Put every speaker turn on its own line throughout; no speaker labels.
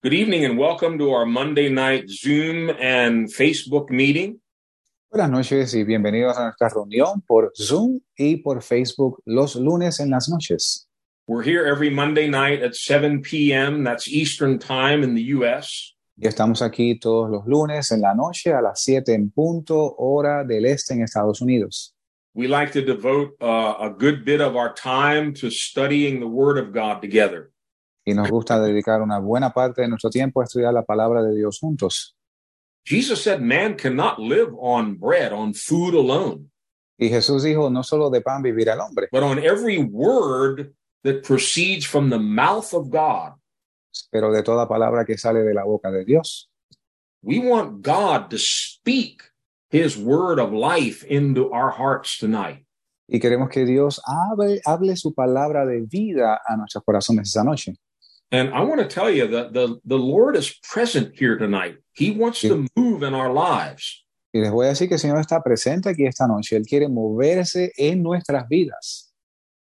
Good evening and welcome to our Monday night Zoom and Facebook meeting.
Buenas noches y bienvenidos a nuestra reunión por Zoom y por Facebook los lunes en las noches.
We're here every Monday night at 7 p.m. That's Eastern Time in the U.S.
Y estamos aquí todos los lunes en la noche a las 7 en punto, hora del este en Estados Unidos.
We like to devote uh, a good bit of our time to studying the Word of God together.
Y nos gusta dedicar una buena parte de nuestro tiempo a estudiar la palabra de Dios juntos.
Jesus said man cannot live on bread, on food alone,
Y Jesús dijo, no solo de pan vivirá el hombre,
but on every word that proceeds from the mouth of God.
pero de toda palabra que sale de la boca de Dios.
We want God to speak his word of life into our hearts tonight.
Y queremos que Dios hable, hable su palabra de vida a nuestros corazones esa noche.
And I want to tell you that the, the Lord is present here tonight. He wants to move in our lives.
Y les voy a decir que el Señor está presente aquí esta noche. Él quiere moverse en nuestras vidas.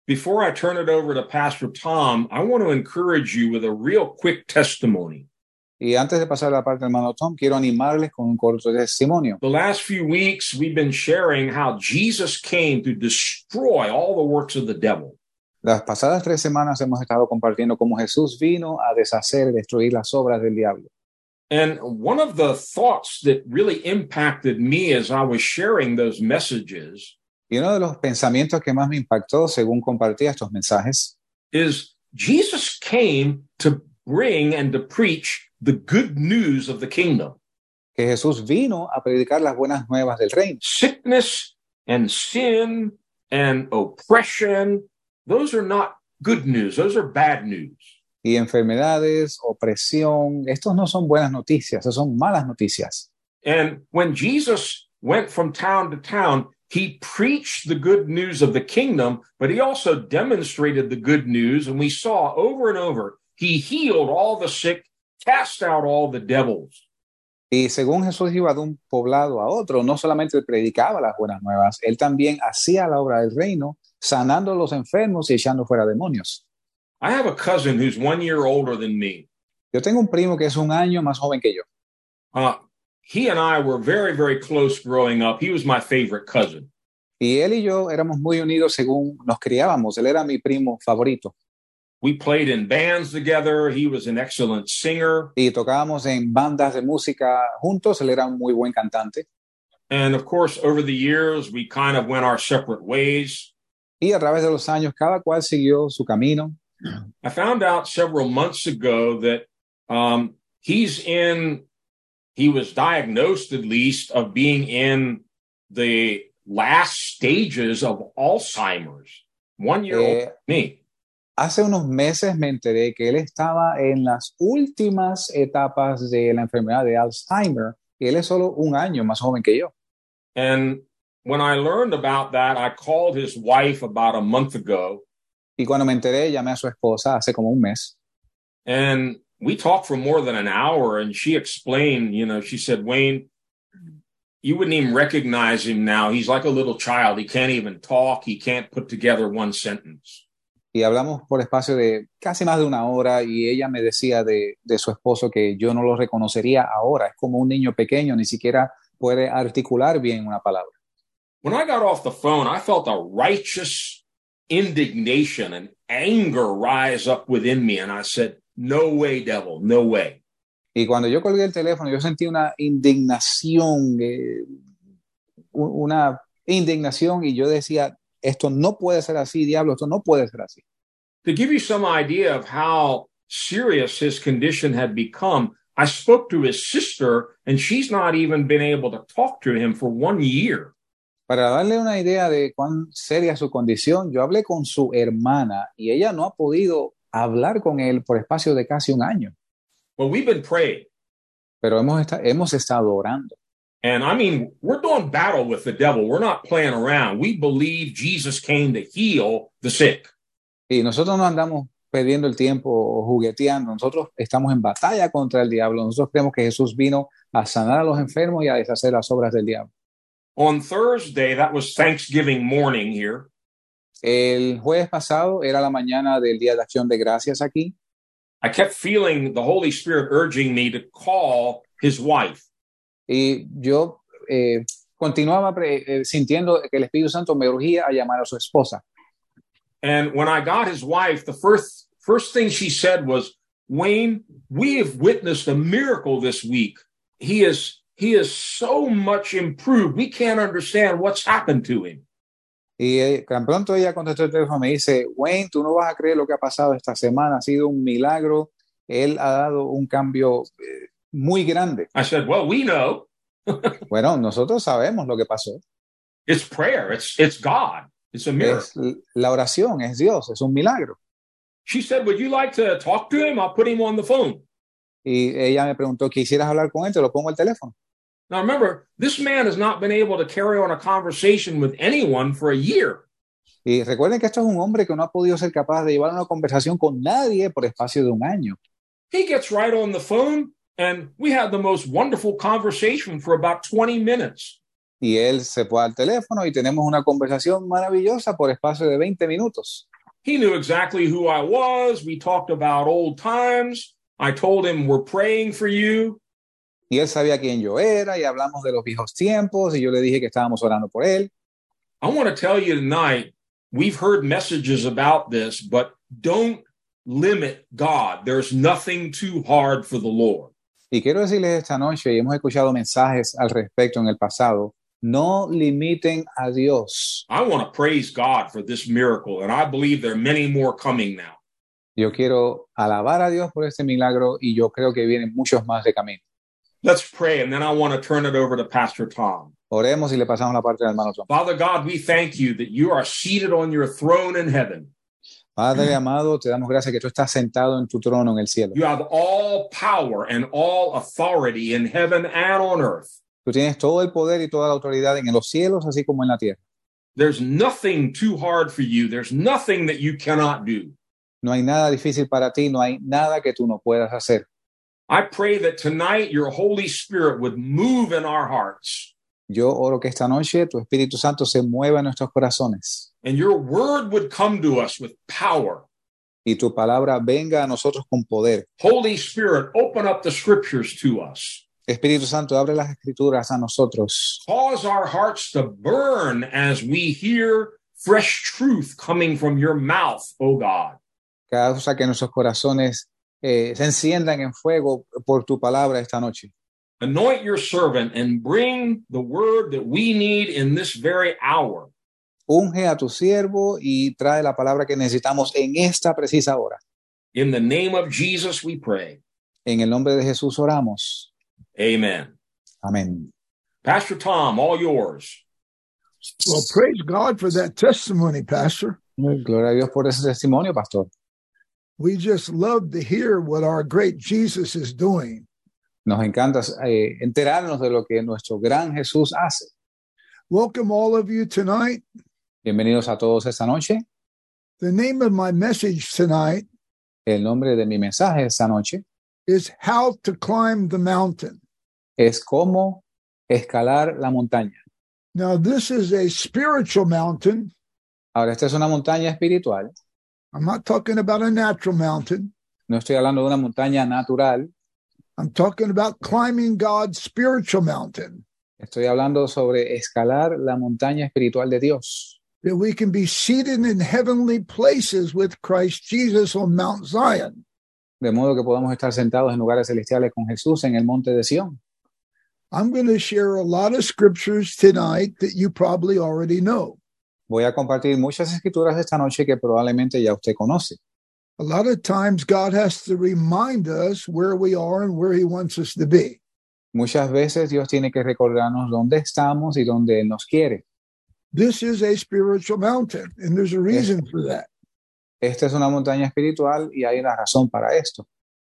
Before I turn it over to Pastor Tom, I want to encourage you with a real quick testimony.
Y antes de pasar a la parte del hermano Tom, quiero animarles con un corto testimonio.
The last few weeks, we've been sharing how Jesus came to destroy all the works of the devil.
Las pasadas tres semanas hemos estado compartiendo cómo Jesús vino a deshacer, destruir las obras del diablo.
And one of the thoughts that really impacted me as I was sharing those messages
Y uno de los pensamientos que más me impactó según compartía estos mensajes
is Jesus came to bring and to preach the good news of the kingdom.
que Jesús vino a predicar las buenas nuevas del reino.
Sickness and sin and oppression, those are not good news, those are bad news.
Y enfermedades, opresión, estos no son buenas noticias, estos son malas noticias.
And when Jesus went from town to town, he preached the good news of the kingdom, but he also demonstrated the good news. And we saw over and over, he healed all the sick, cast out all the devils.
Y según Jesús iba de un poblado a otro, no solamente predicaba las buenas nuevas, él también hacía la obra del reino, sanando a los enfermos y echando fuera demonios.
I have a cousin who's one year older than me.
Yo tengo un primo que es un año más joven que yo.
Uh, he and I were very, very close growing up. He was my favorite cousin.
Y él y yo éramos muy unidos según nos criábamos. Él era mi primo favorito.
We played in bands together. He was an excellent singer.
Y tocábamos en bandas de música juntos. Él era un muy buen cantante.
And of course, over the years, we kind of went our separate ways.
Y a través de los años, cada cual siguió su camino.
I found out several months ago that um, he's in, he was diagnosed at least of being in the last stages of Alzheimer's. One year old
Eh,
me.
hace unos meses me enteré que él estaba en las últimas etapas de la enfermedad de Alzheimer. Y él es solo un año más joven que yo.
And when I learned about that, I called his wife about a month ago
Y cuando me enteré, llamé a su esposa hace como un mes.
and we talked for more than an hour. And she explained, you know, she said, Wayne, you wouldn't even recognize him now. He's like a little child. He can't even talk. He can't put together one sentence.
y hablamos por espacio de casi más de una hora y ella me decía de, de su esposo que yo no lo reconocería ahora, es como un niño pequeño, ni siquiera puede articular bien una palabra.
When I got off the phone, I felt a righteous indignation and anger rise up within me. And I said, No way, devil, no way.
Y cuando yo colgué el teléfono, yo sentí una indignación, eh, u- una indignación y yo decía, esto no puede ser así, diablo, esto no puede ser así.
To give you some idea of how serious his condition had become, I spoke to his sister, and she's not even been able to talk to him for one year.
Para darle una idea de cuán seria es su condición, yo hablé con su hermana y ella no ha podido hablar con él por espacio de casi un año.
Well, we've been praying,
pero hemos, esta- hemos estado orando.
and I mean, we're doing battle with the devil. We're not playing around. We believe Jesus came to heal the sick.
Y nosotros no andamos perdiendo el tiempo o jugueteando, nosotros estamos en batalla contra el diablo, nosotros creemos que Jesús vino a sanar a los enfermos y a deshacer las obras del diablo.
On Thursday, that was Thanksgiving morning here.
El jueves pasado era la mañana del Día de Acción de Gracias aquí
I kept feeling the Holy Spirit urging me to call his wife.
Y yo eh, continuaba pre- eh, sintiendo que el Espíritu Santo me urgía a llamar a su esposa.
And when I got his wife, the first first thing she said was, "Wayne, we have witnessed a miracle this week. He is he is so much improved. We can't understand what's happened to him."
Y eh, tan pronto ella contestó el teléfono, me dice, Wayne, tú no vas a creer lo que ha pasado esta semana, ha sido un milagro, él ha dado un cambio eh, muy grande.
I said, "Well, we know.
Bueno, nosotros sabemos lo que pasó.
It's prayer. It's it's God. It's a miracle."
Es l- la oración, es Dios, es un milagro.
She said, "Would you like to talk to him? I'll put him on the phone."
Y ella me preguntó, ¿quisieras hablar con él? Te lo pongo al teléfono.
Now remember, this man has not been able to carry on a conversation with anyone for a year.
Y recuerden que esto es un hombre que no ha podido ser capaz de llevar una conversación con nadie por espacio de un año.
He gets right on the phone and we had the most wonderful conversation for about 20 minutes.
Y él se fue al teléfono y tenemos una conversación maravillosa por espacio de 20 minutos.
He knew exactly who I was. We talked about old times. I told him we're praying for you.
Y él sabía quién yo era y hablamos de los viejos tiempos y yo le dije que estábamos orando por él.
I want to tell you tonight, we've heard messages about this, but don't limit God. There's nothing too hard for the Lord.
Y quiero decirles esta noche, y hemos escuchado mensajes al respecto en el pasado, no limiten a Dios.
I want to praise God for this miracle, and I believe there are many more coming now.
Yo quiero alabar a Dios por este milagro y yo creo que vienen muchos más de camino.
Let's pray, and then I want to turn it over to Pastor Tom.
Oremos y le pasamos la parte del hermano Tom.
Father God, we thank you that you are seated on your throne in heaven.
Padre amado, te damos gracias que tú estás sentado en tu trono en el cielo.
You have all power and all authority in heaven and on earth.
Tú tienes todo el poder y toda la autoridad en los cielos, así como en la tierra.
There's nothing too hard for you. There's nothing that you cannot do.
No hay nada difícil para ti, no hay nada que tú no puedas hacer.
I pray that tonight your Holy Spirit would move in our hearts
Yo oro que esta noche tu Espíritu Santo se mueva en nuestros corazones
and your word would come to us with power.
y tu palabra venga a nosotros con poder.
Holy Spirit, open up the scriptures to us.
Espíritu Santo, abre las escrituras a nosotros.
Cause our hearts to burn as we hear fresh truth coming from your mouth, O God.
Causa que nuestros corazones eh, se enciendan en fuego por tu palabra esta noche.
Anoint your servant and bring the word that we need in this very hour.
Unge a tu siervo y trae la palabra que necesitamos en esta precisa hora.
In the name of Jesus, we pray.
En el nombre de Jesús oramos.
Amen.
Amén.
Pastor Tom, all yours.
Well, praise God for that testimony, Pastor.
Gloria a Dios por ese testimonio, pastor.
We just love to hear what our great Jesus is doing.
Nos encanta eh, enterarnos de lo que nuestro gran Jesús hace.
Welcome, all of you, tonight.
Bienvenidos a todos esta noche.
The name of my message tonight
El nombre de mi mensaje esta noche
is How to Climb the Mountain.
es cómo escalar la montaña.
Now, this is a spiritual mountain.
Ahora, esta es una montaña espiritual.
I'm not talking about a natural mountain.
No estoy hablando de una montaña natural.
I'm talking about climbing God's spiritual mountain,
Estoy hablando sobre escalar la montaña espiritual de Dios.
that we can be seated in heavenly places with Christ Jesus on Mount Zion.
De modo que podamos estar sentados en lugares celestiales con Jesús en el monte de Sión.
I'm going to share a lot of scriptures tonight that you probably already know.
Voy a compartir muchas escrituras esta noche que probablemente ya usted conoce.
A lot of times, God has to remind us where we are and where He wants us to be.
Muchas veces Dios tiene que recordarnos dónde estamos y dónde Él nos quiere.
This is a spiritual mountain, and there's a reason for that.
Esta es una montaña espiritual y hay una razón para esto.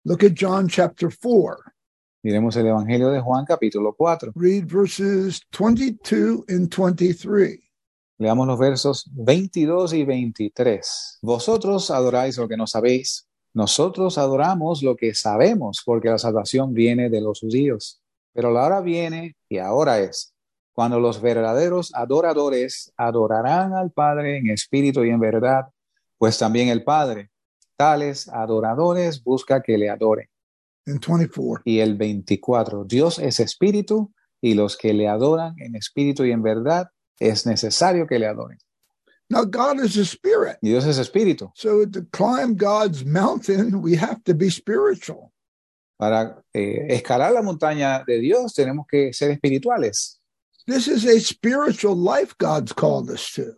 Look at John chapter 4,
Miremos el Evangelio de Juan capítulo 4.
read verses 22 and 23.
Leamos los versos 22 y 23. Vosotros adoráis lo que no sabéis. Nosotros adoramos lo que sabemos, porque la salvación viene de los judíos. Pero la hora viene y ahora es, cuando los verdaderos adoradores adorarán al Padre en espíritu y en verdad, pues también el Padre tales adoradores busca que le adoren.
and 24.
Y el 24, Dios es espíritu y los que le adoran en espíritu y en verdad es necesario que le adoren.
Now, God is a spirit.
Dios es espíritu.
So, to climb God's mountain, we have to be spiritual.
Para eh, escalar la montaña de Dios tenemos que ser espirituales.
This is a spiritual life God's called us to.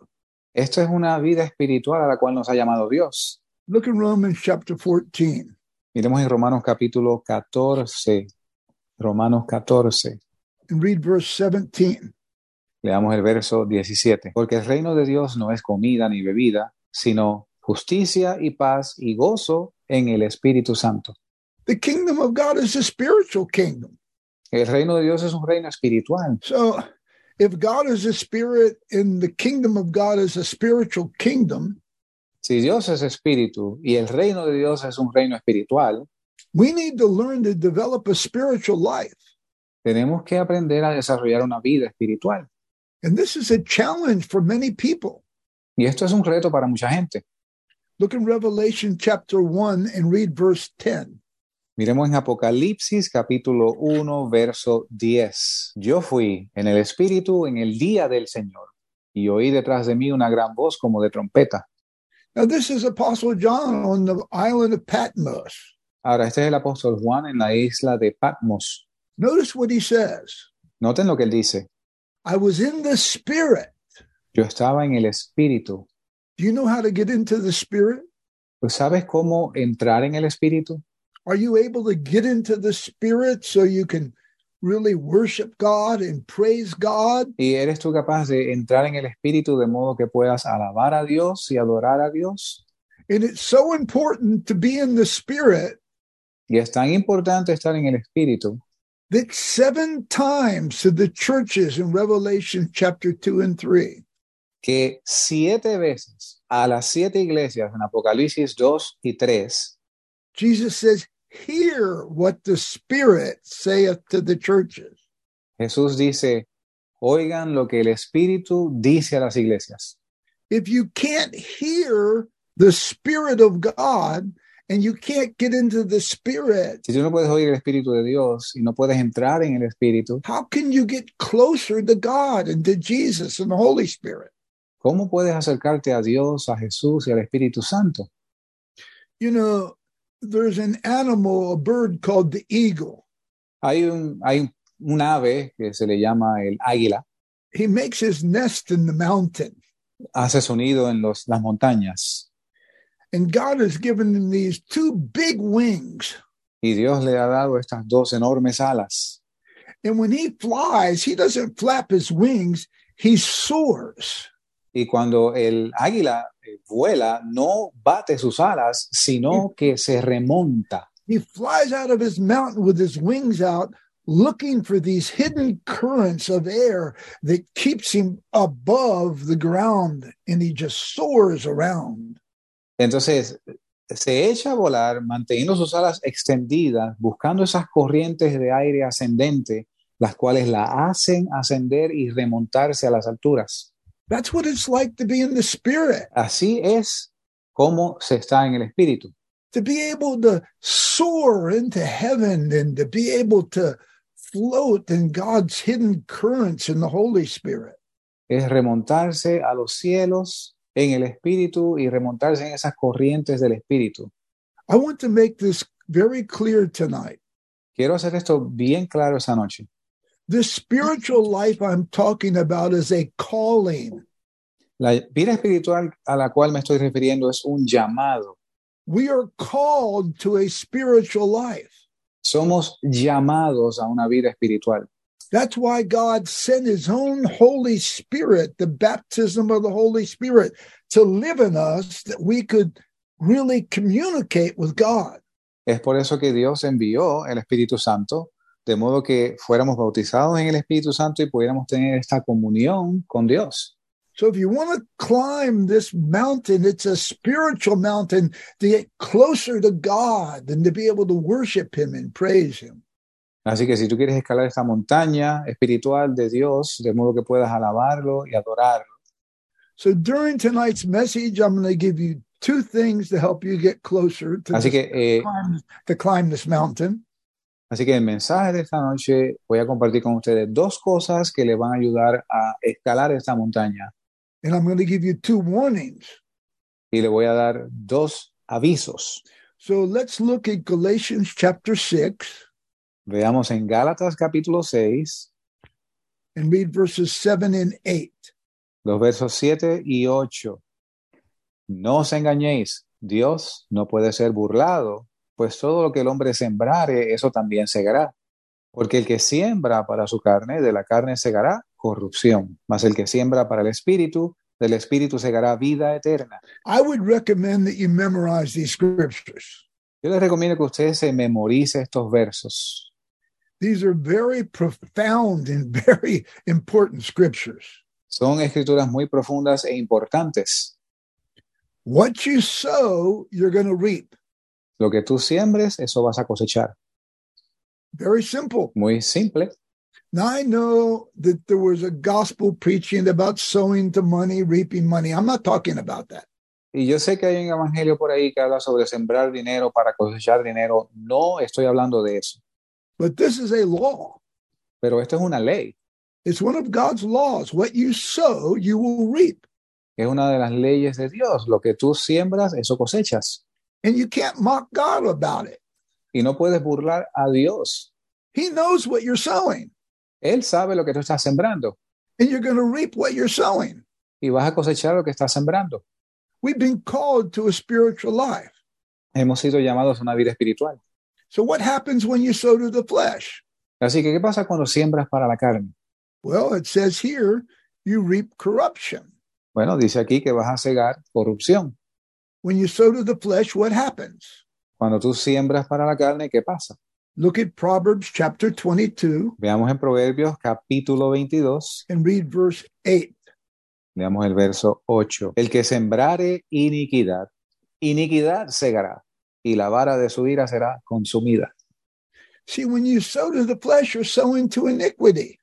Esto es una vida espiritual a la cual nos ha llamado Dios.
Look in Romans chapter 14.
Miremos en Romanos capítulo 14. Romanos 14.
and read verse 17.
Leamos el verso 17. Porque el reino de Dios no es comida ni bebida, sino justicia y paz y gozo en el Espíritu Santo.
The kingdom of God is a spiritual kingdom.
El reino de Dios es un reino espiritual.
So, if God is a spirit and the kingdom of God is a spiritual kingdom,
Si Dios es espíritu y el reino de Dios es un reino espiritual,
we need to learn to develop a spiritual life.
tenemos que aprender a desarrollar una vida espiritual.
And this is a challenge for many people.
Y esto es un reto para mucha gente.
Look in Revelation chapter 1 and read verse 10.
Miremos en Apocalipsis capítulo 1, verso 10. Yo fui en el Espíritu en el día del Señor y oí detrás de mí una gran voz como de trompeta.
Now, this is Apostle John on the island of Patmos.
Ahora, este es el apóstol Juan en la isla de Patmos.
Notice what he says
Noten lo que él dice.
I was in the spirit.
Yo estaba en el Espíritu.
Do you know how to get into the spirit?
¿Tú sabes cómo entrar en el Espíritu?
Are you able to get into the spirit so you can really worship God and praise God?
¿Y eres tú capaz de entrar en el Espíritu de modo que puedas alabar a Dios y adorar a Dios?
And it's so important to be in the spirit
Y es tan importante estar en el Espíritu
that seven times to the churches in Revelation chapter 2 and 3,
que siete veces a las siete iglesias en Apocalipsis 2 y 3,
Jesus says, Hear what the spirit saith to the churches.
Jesús dice, oigan lo que el Espíritu dice a las iglesias.
If you can't hear the spirit of God and you can't get into the spirit,
Si tú no puedes oír el Espíritu de Dios y no puedes entrar en el Espíritu,
how can you get closer to God and to Jesus and the Holy Spirit?
¿cómo puedes acercarte a Dios, a Jesús y al Espíritu Santo?
you know, there's an animal, a bird called the eagle.
Hay un, hay un ave que se le llama el águila,
He makes his nest in the mountain,
hace su nido en los, las montañas
and God has given him these two big wings.
y Dios le ha dado estas dos enormes alas.
And when he flies, he doesn't flap his wings, he soars.
Y cuando el águila eh, vuela, no bate sus alas, sino que se remonta.
He flies out of his mountain with his wings out, looking for these hidden currents of air that keeps him above the ground, and he just soars around.
Entonces, se echa a volar manteniendo sus alas extendidas, buscando esas corrientes de aire ascendente, las cuales la hacen ascender y remontarse a las alturas.
That's what it's like to be in the spirit.
Así es como se está en el espíritu.
to be able to soar into heaven and to be able to float in God's hidden currents in the Holy Spirit.
Es remontarse a los cielos en el espíritu y remontarse en esas corrientes del espíritu.
I want to make this very clear tonight.
Quiero hacer esto bien claro esa noche.
This spiritual life I'm talking about is a calling.
La vida espiritual a la cual me estoy refiriendo es un llamado.
We are called to a spiritual life.
Somos llamados a una vida espiritual.
That's why God sent his own Holy Spirit, the baptism of the Holy Spirit, to live in us that we could really communicate with God.
Es por eso que Dios envió el Espíritu Santo, de modo que fuéramos bautizados en el Espíritu Santo y pudiéramos tener esta comunión con Dios.
So if you want to climb this mountain, it's a spiritual mountain to get closer to God and to be able to worship him and praise him.
Así que si tú quieres escalar esta montaña espiritual de Dios, de modo que puedas alabarlo y adorarlo.
So during tonight's message, I'm going to give you two things to help you get closer to,
Así
this-
que, eh,
climb, to climb this mountain.
así que el mensaje de esta noche voy a compartir con ustedes dos cosas que le van a ayudar a escalar esta montaña
And I'm going to give you two warnings.
y le voy a dar dos avisos.
So let's look at Galatians chapter 6
Veamos en Gálatas capítulo 6,
and read verses 7 and 8.
los versos 7 y 8. No os engañéis, Dios no puede ser burlado, pues todo lo que el hombre sembrare, eso también segará. Porque el que siembra para su carne, de la carne segará corrupción, mas el que siembra para el espíritu, del espíritu segará vida eterna.
I would recommend that you memorize these scriptures.
Yo les recomiendo que usted se memorice estos versos.
These are very profound and very important scriptures.
Son escrituras muy profundas e importantes.
What you sow, you're going to reap.
Lo que tú siembres, eso vas a cosechar.
Very simple.
Muy simple.
Now, I know that there was a gospel preaching about sowing to money, reaping money. I'm not talking about that.
Y yo sé que hay un evangelio por ahí que habla sobre sembrar dinero para cosechar dinero. No estoy hablando de eso,
But this is a law.
pero esto es una ley.
It's one of God's laws. What you sow, you will reap.
Es una de las leyes de Dios. Lo que tú siembras, eso cosechas.
And you can't mock God about it.
Y no puedes burlar a Dios.
He knows what you're sowing,
Él sabe lo que tú estás sembrando
and you're going to reap what you're sowing.
y vas a cosechar lo que estás sembrando.
We've been called to a spiritual life.
Hemos sido llamados a una vida espiritual.
So, what happens when you sow to the flesh?
Así que, ¿qué pasa cuando siembras para la carne?
Well, it says here, you reap corruption.
Bueno, dice aquí que vas a cegar corrupción.
When you sow to the flesh, what happens?
Cuando tú siembras para la carne, ¿qué pasa?
Look at Proverbs chapter 22
Veamos en Proverbios capítulo 22,
and read verse 8.
Veamos el verso 8. El que sembrare iniquidad, iniquidad segará, y la vara de su ira será consumida.
See, when you sow to the flesh, you're sowing to iniquity.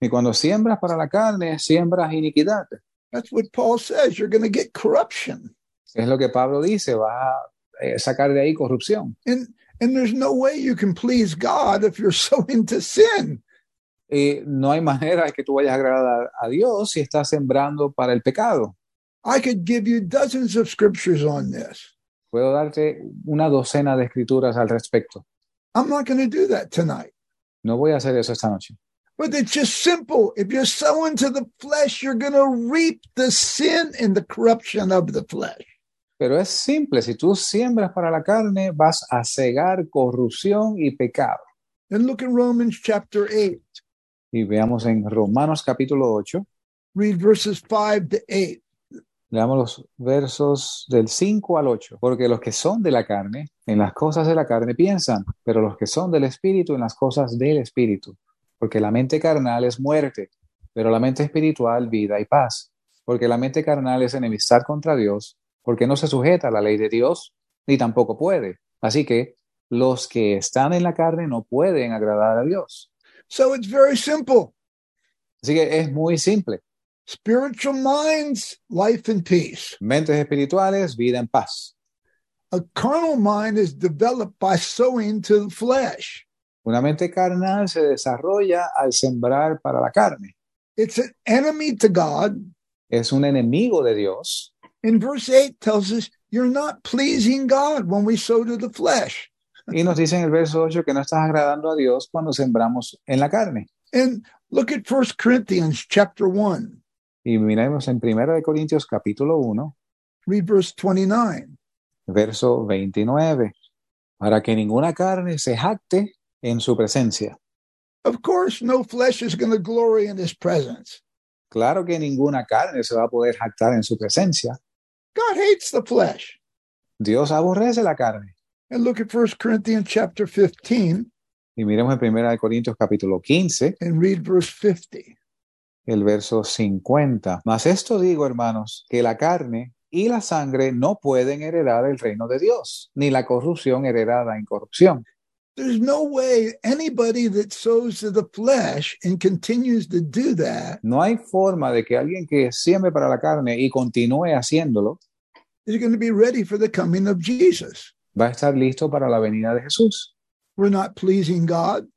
Y cuando siembras para la carne, siembras iniquidad.
That's what Paul says. You're going to get corruption.
Es lo que Pablo dice, vas a eh, sacar de ahí corrupción.
And and there's no way you can please God if you're sowing to sin.
Y no hay manera de que tú vayas a agradar a Dios si estás sembrando para el pecado.
I could give you dozens of scriptures on this.
Puedo darte una docena de escrituras al respecto.
I'm not going to do that tonight.
No voy a hacer eso esta noche.
But it's just simple. If you're sowing to the flesh, you're going to reap the sin and the corruption of the flesh.
Pero es simple, si tú siembras para la carne, vas a cegar corrupción y pecado.
And look in Romans chapter 8,
Y veamos en Romanos capítulo 8,
read verses 5 to 8.
leamos los versos del 5 al 8, porque los que son de la carne, en las cosas de la carne piensan, pero los que son del espíritu, en las cosas del espíritu, porque la mente carnal es muerte, pero la mente espiritual vida y paz, porque la mente carnal es enemistad contra Dios, porque no se sujeta a la ley de Dios, ni tampoco puede. Así que los que están en la carne no pueden agradar a Dios.
So it's very simple.
Así que es muy simple.
Spiritual minds, life and peace.
Mentes espirituales, vida en paz.
A carnal mind is developed by sowing to the flesh.
Una mente carnal se desarrolla al sembrar para la carne.
It's an enemy to God.
Es un enemigo de Dios.
And verse 8 tells us you're not pleasing God when we sow to the flesh.
Y nos dice en el verso 8 que no estás agradando a Dios cuando sembramos en la carne.
And look at First Corinthians chapter 1,
Y miremos en 1 de Corintios capítulo 1,
read verse 29.
verso 29. Para que ninguna carne se jacte en su presencia.
Of course, no flesh is going to glory in his presence.
Claro que ninguna carne se va a poder jactar en su presencia.
God hates the flesh.
Dios aborrece la carne.
And look at First Corinthians chapter 15
Y miremos en 1 de Corintios capítulo 15,
and read verse 50.
el verso 50. Mas esto digo, hermanos, que la carne y la sangre no pueden heredar el reino de Dios, ni la corrupción heredada en corrupción.
There's no way anybody that sows to the flesh and continues to do that
No hay forma de que alguien que siembre para la carne y continúe haciéndolo
is going to be ready for the coming of Jesus.
Va a estar listo para la venida de Jesús.
We're not pleasing God,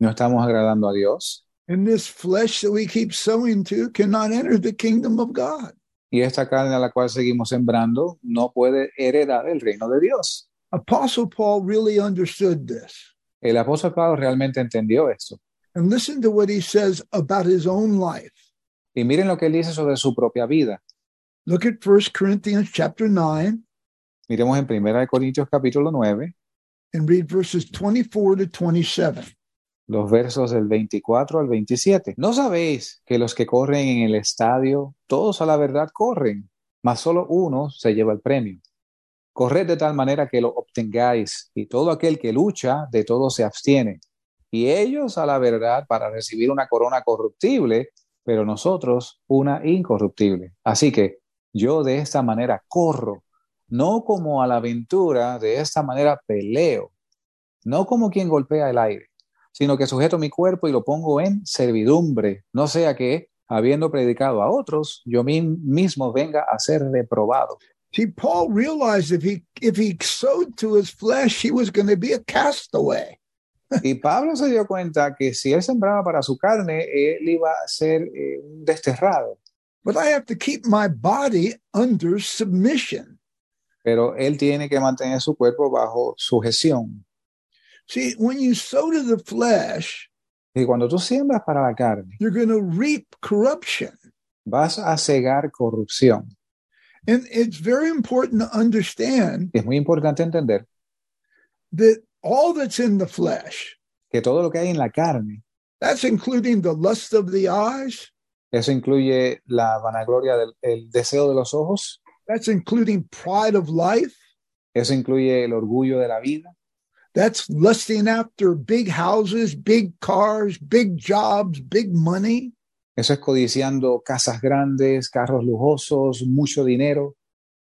No estamos agradando a Dios
and this flesh that we keep sowing to cannot enter the kingdom of God.
y esta carne a la cual seguimos sembrando no puede heredar el reino de Dios.
Apostle Paul really understood this.
El apóstol Pablo realmente entendió esto.
And listen to what he says about his own life.
Y miren lo que él dice sobre su propia vida.
Look at 1 Corinthians chapter 9
Miremos en 1 Corintios capítulo 9,
and read verses 24 to 27.
los versos del 24 al 27. ¿No sabéis que los que corren en el estadio, todos a la verdad corren, mas solo uno se lleva el premio? Corred de tal manera que lo obtengáis, y todo aquel que lucha, de todo se abstiene. Y ellos a la verdad para recibir una corona corruptible, pero nosotros una incorruptible. Así que yo de esta manera corro, no como a la aventura, de esta manera peleo, no como quien golpea el aire sino que sujeto mi cuerpo y lo pongo en servidumbre, no sea que, habiendo predicado a otros, yo mi- mismo venga a ser reprobado.
See, Paul realized if he if he sowed to his flesh, he was going to be a castaway.
Y Pablo se dio cuenta que si él sembraba para su carne, él iba a ser eh, un desterrado,
But I have to keep my body under submission.
pero él tiene que mantener su cuerpo bajo sujeción.
See, when you sow to the flesh,
Y cuando tú siembras para la carne,
you're going to reap corruption.
vas a cegar corrupción.
And it's very important to understand
Y es muy importante entender
that all that's in the flesh,
que todo lo que hay en la carne,
that's including the lust of the eyes,
eso incluye la vanagloria del el deseo de los ojos,
that's including pride of life,
Eso incluye el orgullo de la vida,
that's lusting after big houses, big cars, big jobs, big money.
eso es codiciando casas grandes, carros lujosos, mucho dinero.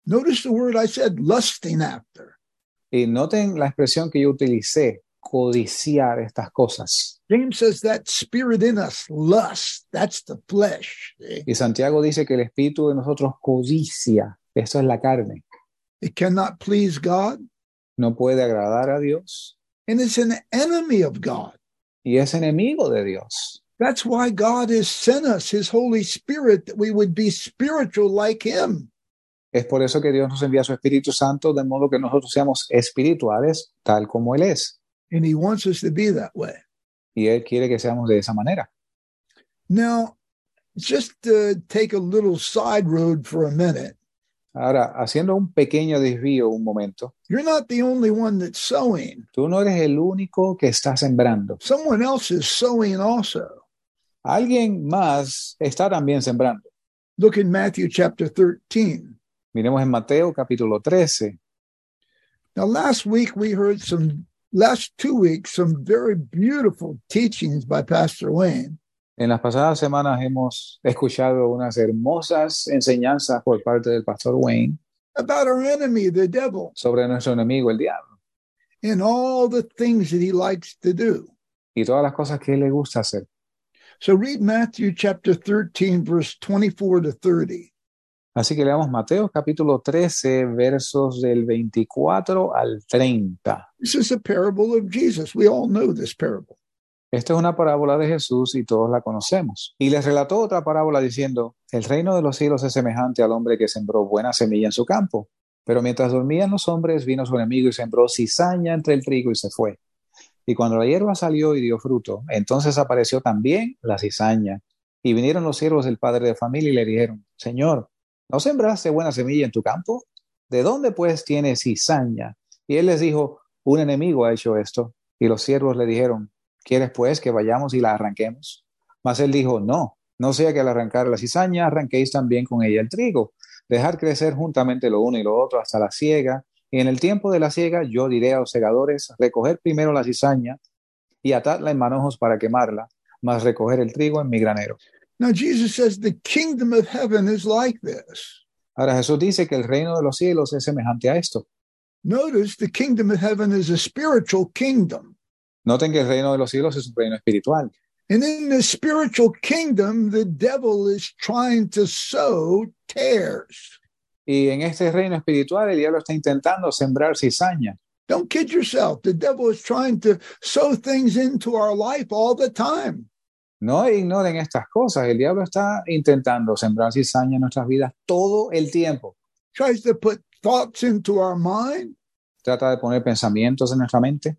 Notice the word I said, lusting after.
Y noten la expresión que yo utilicé, codiciar estas cosas.
James says that spirit in us, lust, that's the flesh. see?
Y Santiago dice que el espíritu de nosotros codicia, esto es la carne,
It cannot please God,
no puede agradar a Dios
and it's an enemy of God.
y es enemigo de Dios.
That's why God has sent us his Holy Spirit that we would be spiritual like him.
Es por eso que Dios nos envía su Espíritu Santo de modo que nosotros seamos espirituales tal como Él es.
And he wants us to be that way.
Y Él quiere que seamos de esa manera.
Now, just to take a little side road for a minute,
Ahora, haciendo un pequeño desvío un momento,
you're not the only one that's sowing.
Tú no eres el único que está sembrando.
Someone else is sowing also.
Alguien más está también sembrando.
Look in Matthew chapter 13.
Miremos en Mateo capítulo 13.
Now, last week we heard some, last two weeks, some very beautiful teachings by Pastor Wayne.
En las pasadas semanas hemos escuchado unas hermosas enseñanzas por parte del pastor Wayne
About our enemy, the devil,
sobre nuestro enemigo, el diablo,
and all the things that he likes to do.
y todas las cosas que él le gusta hacer.
So read Matthew chapter 13, verse 24 to 30.
Así que leamos Mateo capítulo 13, versos del 24 al 30.
This is a parable of Jesus. We all know this parable.
Esta es una parábola de Jesús y todos la conocemos. Y les relató otra parábola diciendo, el reino de los cielos es semejante al hombre que sembró buena semilla en su campo. Pero mientras dormían los hombres, vino su enemigo y sembró cizaña entre el trigo y se fue. Y cuando la hierba salió y dio fruto, entonces apareció también la cizaña. Y vinieron los siervos del padre de familia y le dijeron, Señor, ¿no sembraste buena semilla en tu campo? ¿De dónde pues tiene cizaña? Y él les dijo, un enemigo ha hecho esto. Y los siervos le dijeron, ¿Quieres pues que vayamos y la arranquemos? Mas él dijo, no, no sea que al arrancar la cizaña arranquéis también con ella el trigo. Dejar crecer juntamente lo uno y lo otro hasta la siega. Y en el tiempo de la siega yo diré a los segadores, recoger primero la cizaña y atadla en manojos para quemarla, mas recoger el trigo en mi granero.
Now, Jesus says the kingdom of heaven is like this.
Ahora Jesús dice que el reino de los cielos es semejante a esto.
Notice the kingdom of heaven is a spiritual kingdom.
Noten que el reino de los cielos es un reino espiritual.
And in the spiritual kingdom, the devil is trying to sow tares.
Y en este reino espiritual el diablo está intentando sembrar cizaña.
Don't kid yourself. The devil is trying to sow things into our life all the time.
No ignoren estas cosas. El diablo está intentando sembrar cizaña en nuestras vidas todo el tiempo.
Tries to put thoughts into our mind.
Trata de poner pensamientos en nuestra mente.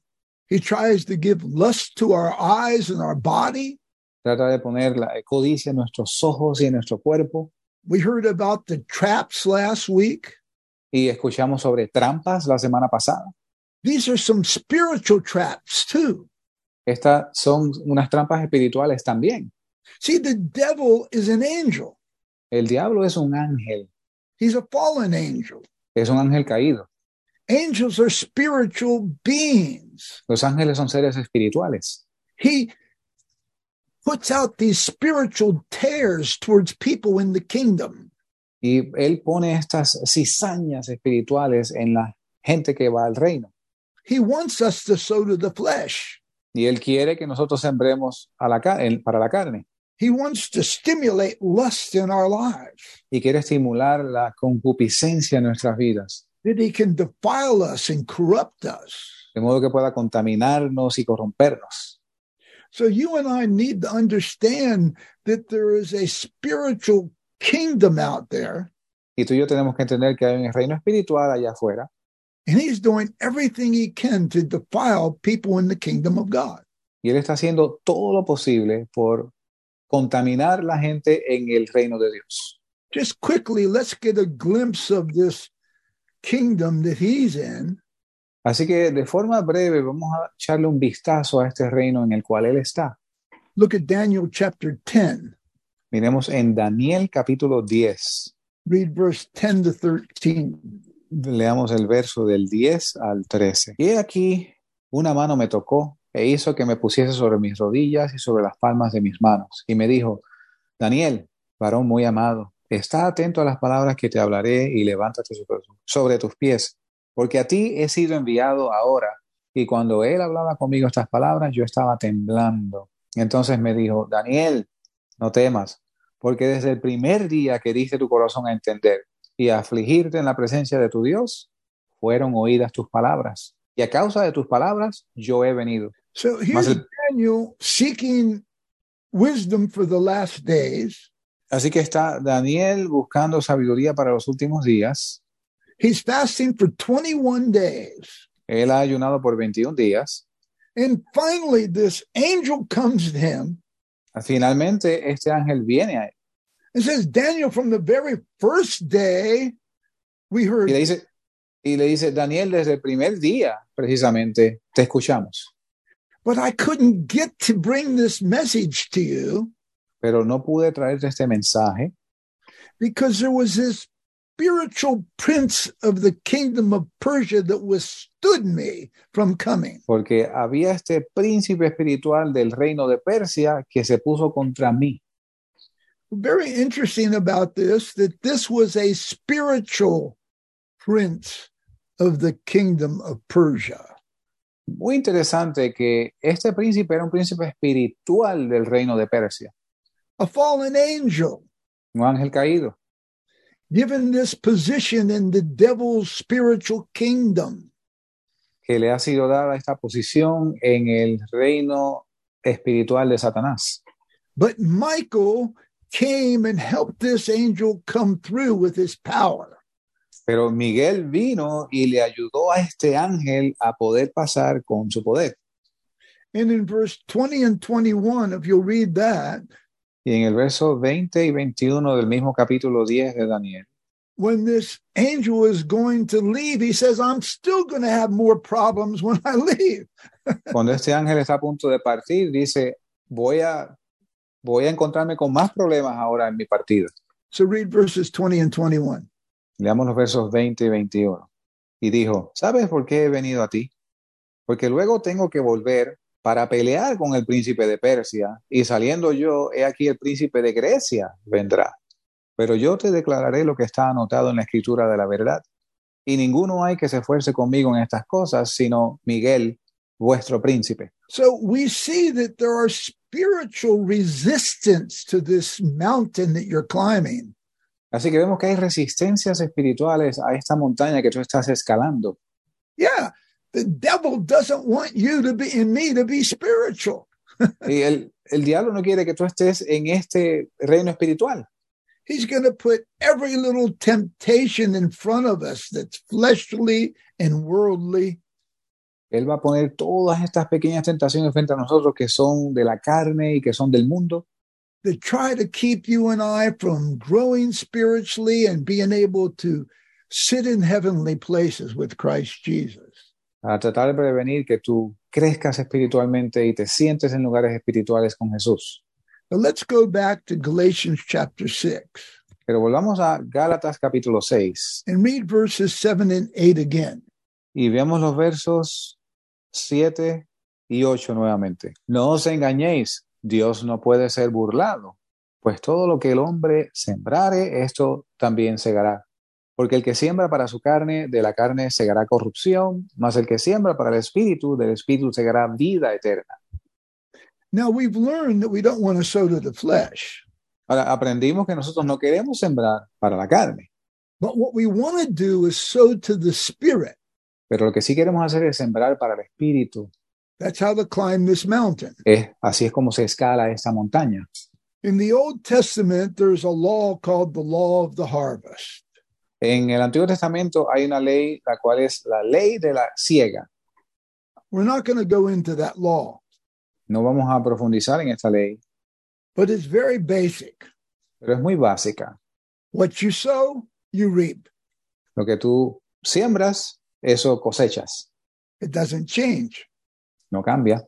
He tries to give lust to our eyes and our body.
Trata de poner la codicia en nuestros ojos y en nuestro cuerpo.
We heard about the traps last week.
Y escuchamos sobre trampas la semana pasada.
These are some spiritual traps too.
Estas son unas trampas espirituales también.
See, the devil is an angel.
El diablo es un ángel,
He's a fallen angel.
es un ángel caído.
Angels are spiritual beings.
Los ángeles son seres espirituales.
He puts out these spiritual tears towards people in the kingdom.
Y él pone estas cizañas espirituales en la gente que va al reino.
He wants us to sow to the flesh.
Y él quiere que nosotros sembremos a la ca- en- para la carne.
He wants to stimulate lust in our lives
Y quiere estimular la concupiscencia en nuestras vidas.
that he can defile us and corrupt us.
De modo que pueda contaminarnos y corrompernos.
So you and I need to understand that there is a spiritual kingdom out there,
Y tú y yo tenemos que entender que hay un reino espiritual allá afuera.
and he's doing everything he can to defile people in the kingdom of God.
Y él está haciendo todo lo posible por contaminar la gente en el reino de Dios.
Just quickly, let's get a glimpse of this kingdom that he's in.
Así que de forma breve vamos a echarle un vistazo a este reino en el cual él está.
Look at Daniel chapter 10,
Miremos en Daniel capítulo 10.
read verse 10 to 13.
Leamos el verso del 10 al 13. Y he aquí, una mano me tocó e hizo que me pusiese sobre mis rodillas y sobre las palmas de mis manos. Y me dijo, Daniel, varón muy amado, está atento a las palabras que te hablaré y levántate sobre, sobre tus pies, porque a ti he sido enviado ahora. Y cuando él hablaba conmigo estas palabras, yo estaba temblando. Entonces me dijo, Daniel, no temas, porque desde el primer día que diste tu corazón a entender, y a afligirte en la presencia de tu Dios, fueron oídas tus palabras. Y a causa de tus palabras, yo he venido.
So
Mas
here's
el-
Daniel seeking wisdom for the last days.
Así que está Daniel buscando sabiduría para los últimos días.
He's fasting for 21 days.
Él ha ayunado por 21 días.
And finally, this angel comes to him
Finalmente, este ángel viene a él
and says, Daniel, from the very first day we heard,
y le dice, y le dice Daniel, desde el primer día, precisamente, te escuchamos,
but I couldn't get to bring this message to you
pero no pude traerte este mensaje
because there was this spiritual prince of the kingdom of Persia that withstood me from coming.
porque había este príncipe espiritual del reino de Persia que se puso contra mí.
Very interesting about this that this was a spiritual prince of the kingdom of Persia.
Muy interesante que este príncipe era un príncipe espiritual del reino de Persia,
A fallen angel
un ángel caído,
given this position in the devil's spiritual kingdom.
que le ha sido dada esta posición en el reino espiritual de Satanás.
But Michael came and helped this angel come through with his power.
Pero Miguel vino y le ayudó a este ángel a poder pasar con su poder.
And in verse 20 and 21, if you'll read that,
Y en el verso 20 y 21 del mismo capítulo 10 de Daniel,
when this angel is going to leave, he says, I'm still going to have more problems when I leave.
cuando este ángel está a punto de partir, dice, voy a, voy a encontrarme con más problemas ahora en mi partida.
So read verses 20 and 21.
Leamos los versos 20 y 21. Y dijo, ¿sabes por qué he venido a ti? Porque luego tengo que volver para pelear con el príncipe de Persia, y saliendo yo, he aquí el príncipe de Grecia vendrá. Pero yo te declararé lo que está anotado en la escritura de la verdad. Y ninguno hay que se esfuerce conmigo en estas cosas, sino Miguel, vuestro príncipe.
So we see that there are spiritual resistance to this mountain that you're climbing.
Así que vemos que hay resistencias espirituales a esta montaña que tú estás escalando.
Yeah, the devil doesn't want you to be in me to be spiritual.
Y el, el diablo no quiere que tú estés en este reino espiritual.
He's going to put every little temptation in front of us that's fleshly and worldly.
Él va a poner todas estas pequeñas tentaciones frente a nosotros que son de la carne y que son del mundo,
that try to keep you and I from growing spiritually and being able to sit in heavenly places with Christ Jesus.
a tratar de prevenir que tú crezcas espiritualmente y te sientes en lugares espirituales con Jesús.
But let's go back to Galatians chapter 6
Pero volvamos a Gálatas capítulo 6
and read verses 7 and 8 again.
y veamos los versos 7 y 8 nuevamente. No os engañéis, Dios no puede ser burlado, pues todo lo que el hombre sembrare, esto también segará. Porque el que siembra para su carne, de la carne segará corrupción, mas el que siembra para el espíritu, del espíritu segará vida eterna.
Now we've learned that we don't want to sow to the flesh,
Ahora, aprendimos que nosotros no queremos sembrar para la carne,
but what we want to do is sow to the spirit.
pero lo que sí queremos hacer es sembrar para el espíritu.
That's how to climb this mountain.
Es, así es como se escala esta montaña.
In the Old Testament, there's a law called the law of the harvest.
En el Antiguo Testamento hay una ley, la cual es la ley de la ciega.
We're not going to go into that law,
No vamos a profundizar en esta ley,
but it's very basic.
pero es muy básica.
What you sow, you reap.
Lo que tú siembras, eso cosechas.
It doesn't change.
No cambia.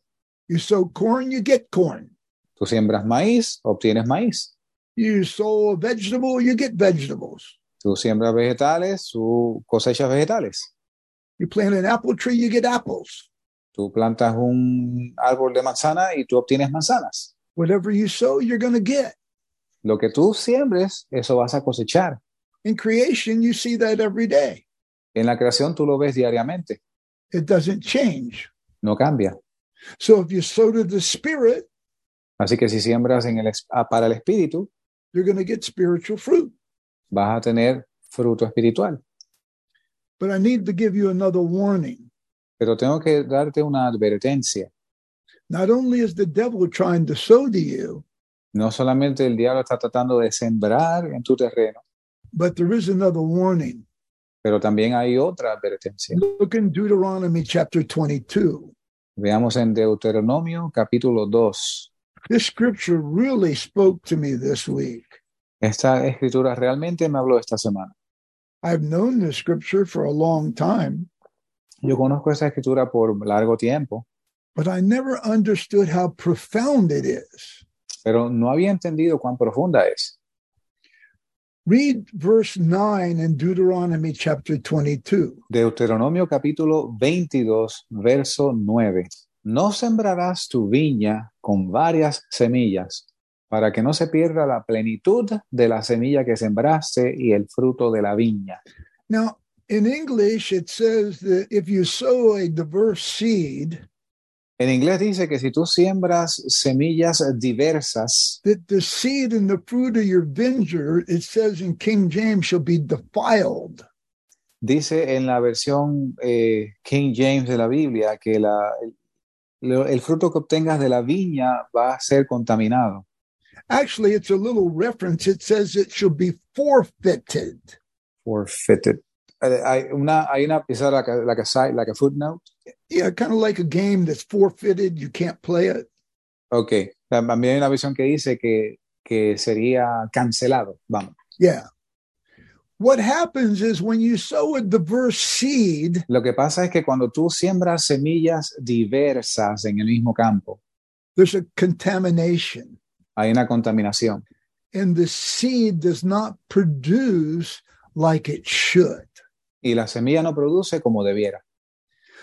You sow corn, you get corn.
Tú siembras maíz, obtienes maíz.
You sow a vegetable, you get vegetables.
Tú siembras vegetales, tú cosechas vegetales.
You plant an apple tree, you get apples.
Tú plantas un árbol de manzana y tú obtienes manzanas.
Whatever you sow, you're going to get.
Lo que tú siembres, eso vas a cosechar.
In creation, you see that every day.
En la creación tú lo ves diariamente.
It doesn't change.
No cambia.
So if you sow to the spirit,
Así que si siembras en el, es- ah, para el espíritu,
you're going to get spiritual fruit.
vas a tener fruto espiritual.
But I need to give you another warning.
Pero tengo que darte una advertencia.
Not only is the devil trying to sow to you,
No solamente el diablo está tratando de sembrar en tu terreno,
but there is another warning.
pero también hay otra advertencia.
Look in Deuteronomy chapter 22.
Veamos en Deuteronomio capítulo 2.
This scripture really spoke to me this week.
Esta escritura realmente me habló esta semana.
I've known this scripture for a long time,
Yo conozco esta escritura por largo tiempo,
but I never understood how profound it is.
pero no había entendido cuán profunda es.
Read verse 9 in Deuteronomy chapter 22.
Deuteronomio capítulo 22, verso 9. No sembrarás tu viña con varias semillas, para que no se pierda la plenitud de la semilla que sembraste y el fruto de la viña.
Now, in English, it says that if you sow a diverse seed,
En inglés dice que si tú siembras semillas diversas,
that the seed and the fruit of your vineyard, it says in King James, shall be defiled.
dice en la versión eh, King James de la Biblia que la- el- el fruto que obtengas de la viña va a ser contaminado.
Actually, it's a little reference. It says it shall be forfeited.
forfeited. Eh, Hay una, hay una pieza, like a, like a side, like a footnote.
Yeah, kind of like a game that's forfeited. You can't play it.
Ok. Tam- También hay una visión que dice que, que sería cancelado. Vamos.
Yeah. What happens is when you sow a diverse seed,
Lo que pasa es que cuando tú siembras semillas diversas en el mismo campo,
there's a contamination,
hay una contaminación
and the seed does not produce like it should.
y la semilla no produce como debiera.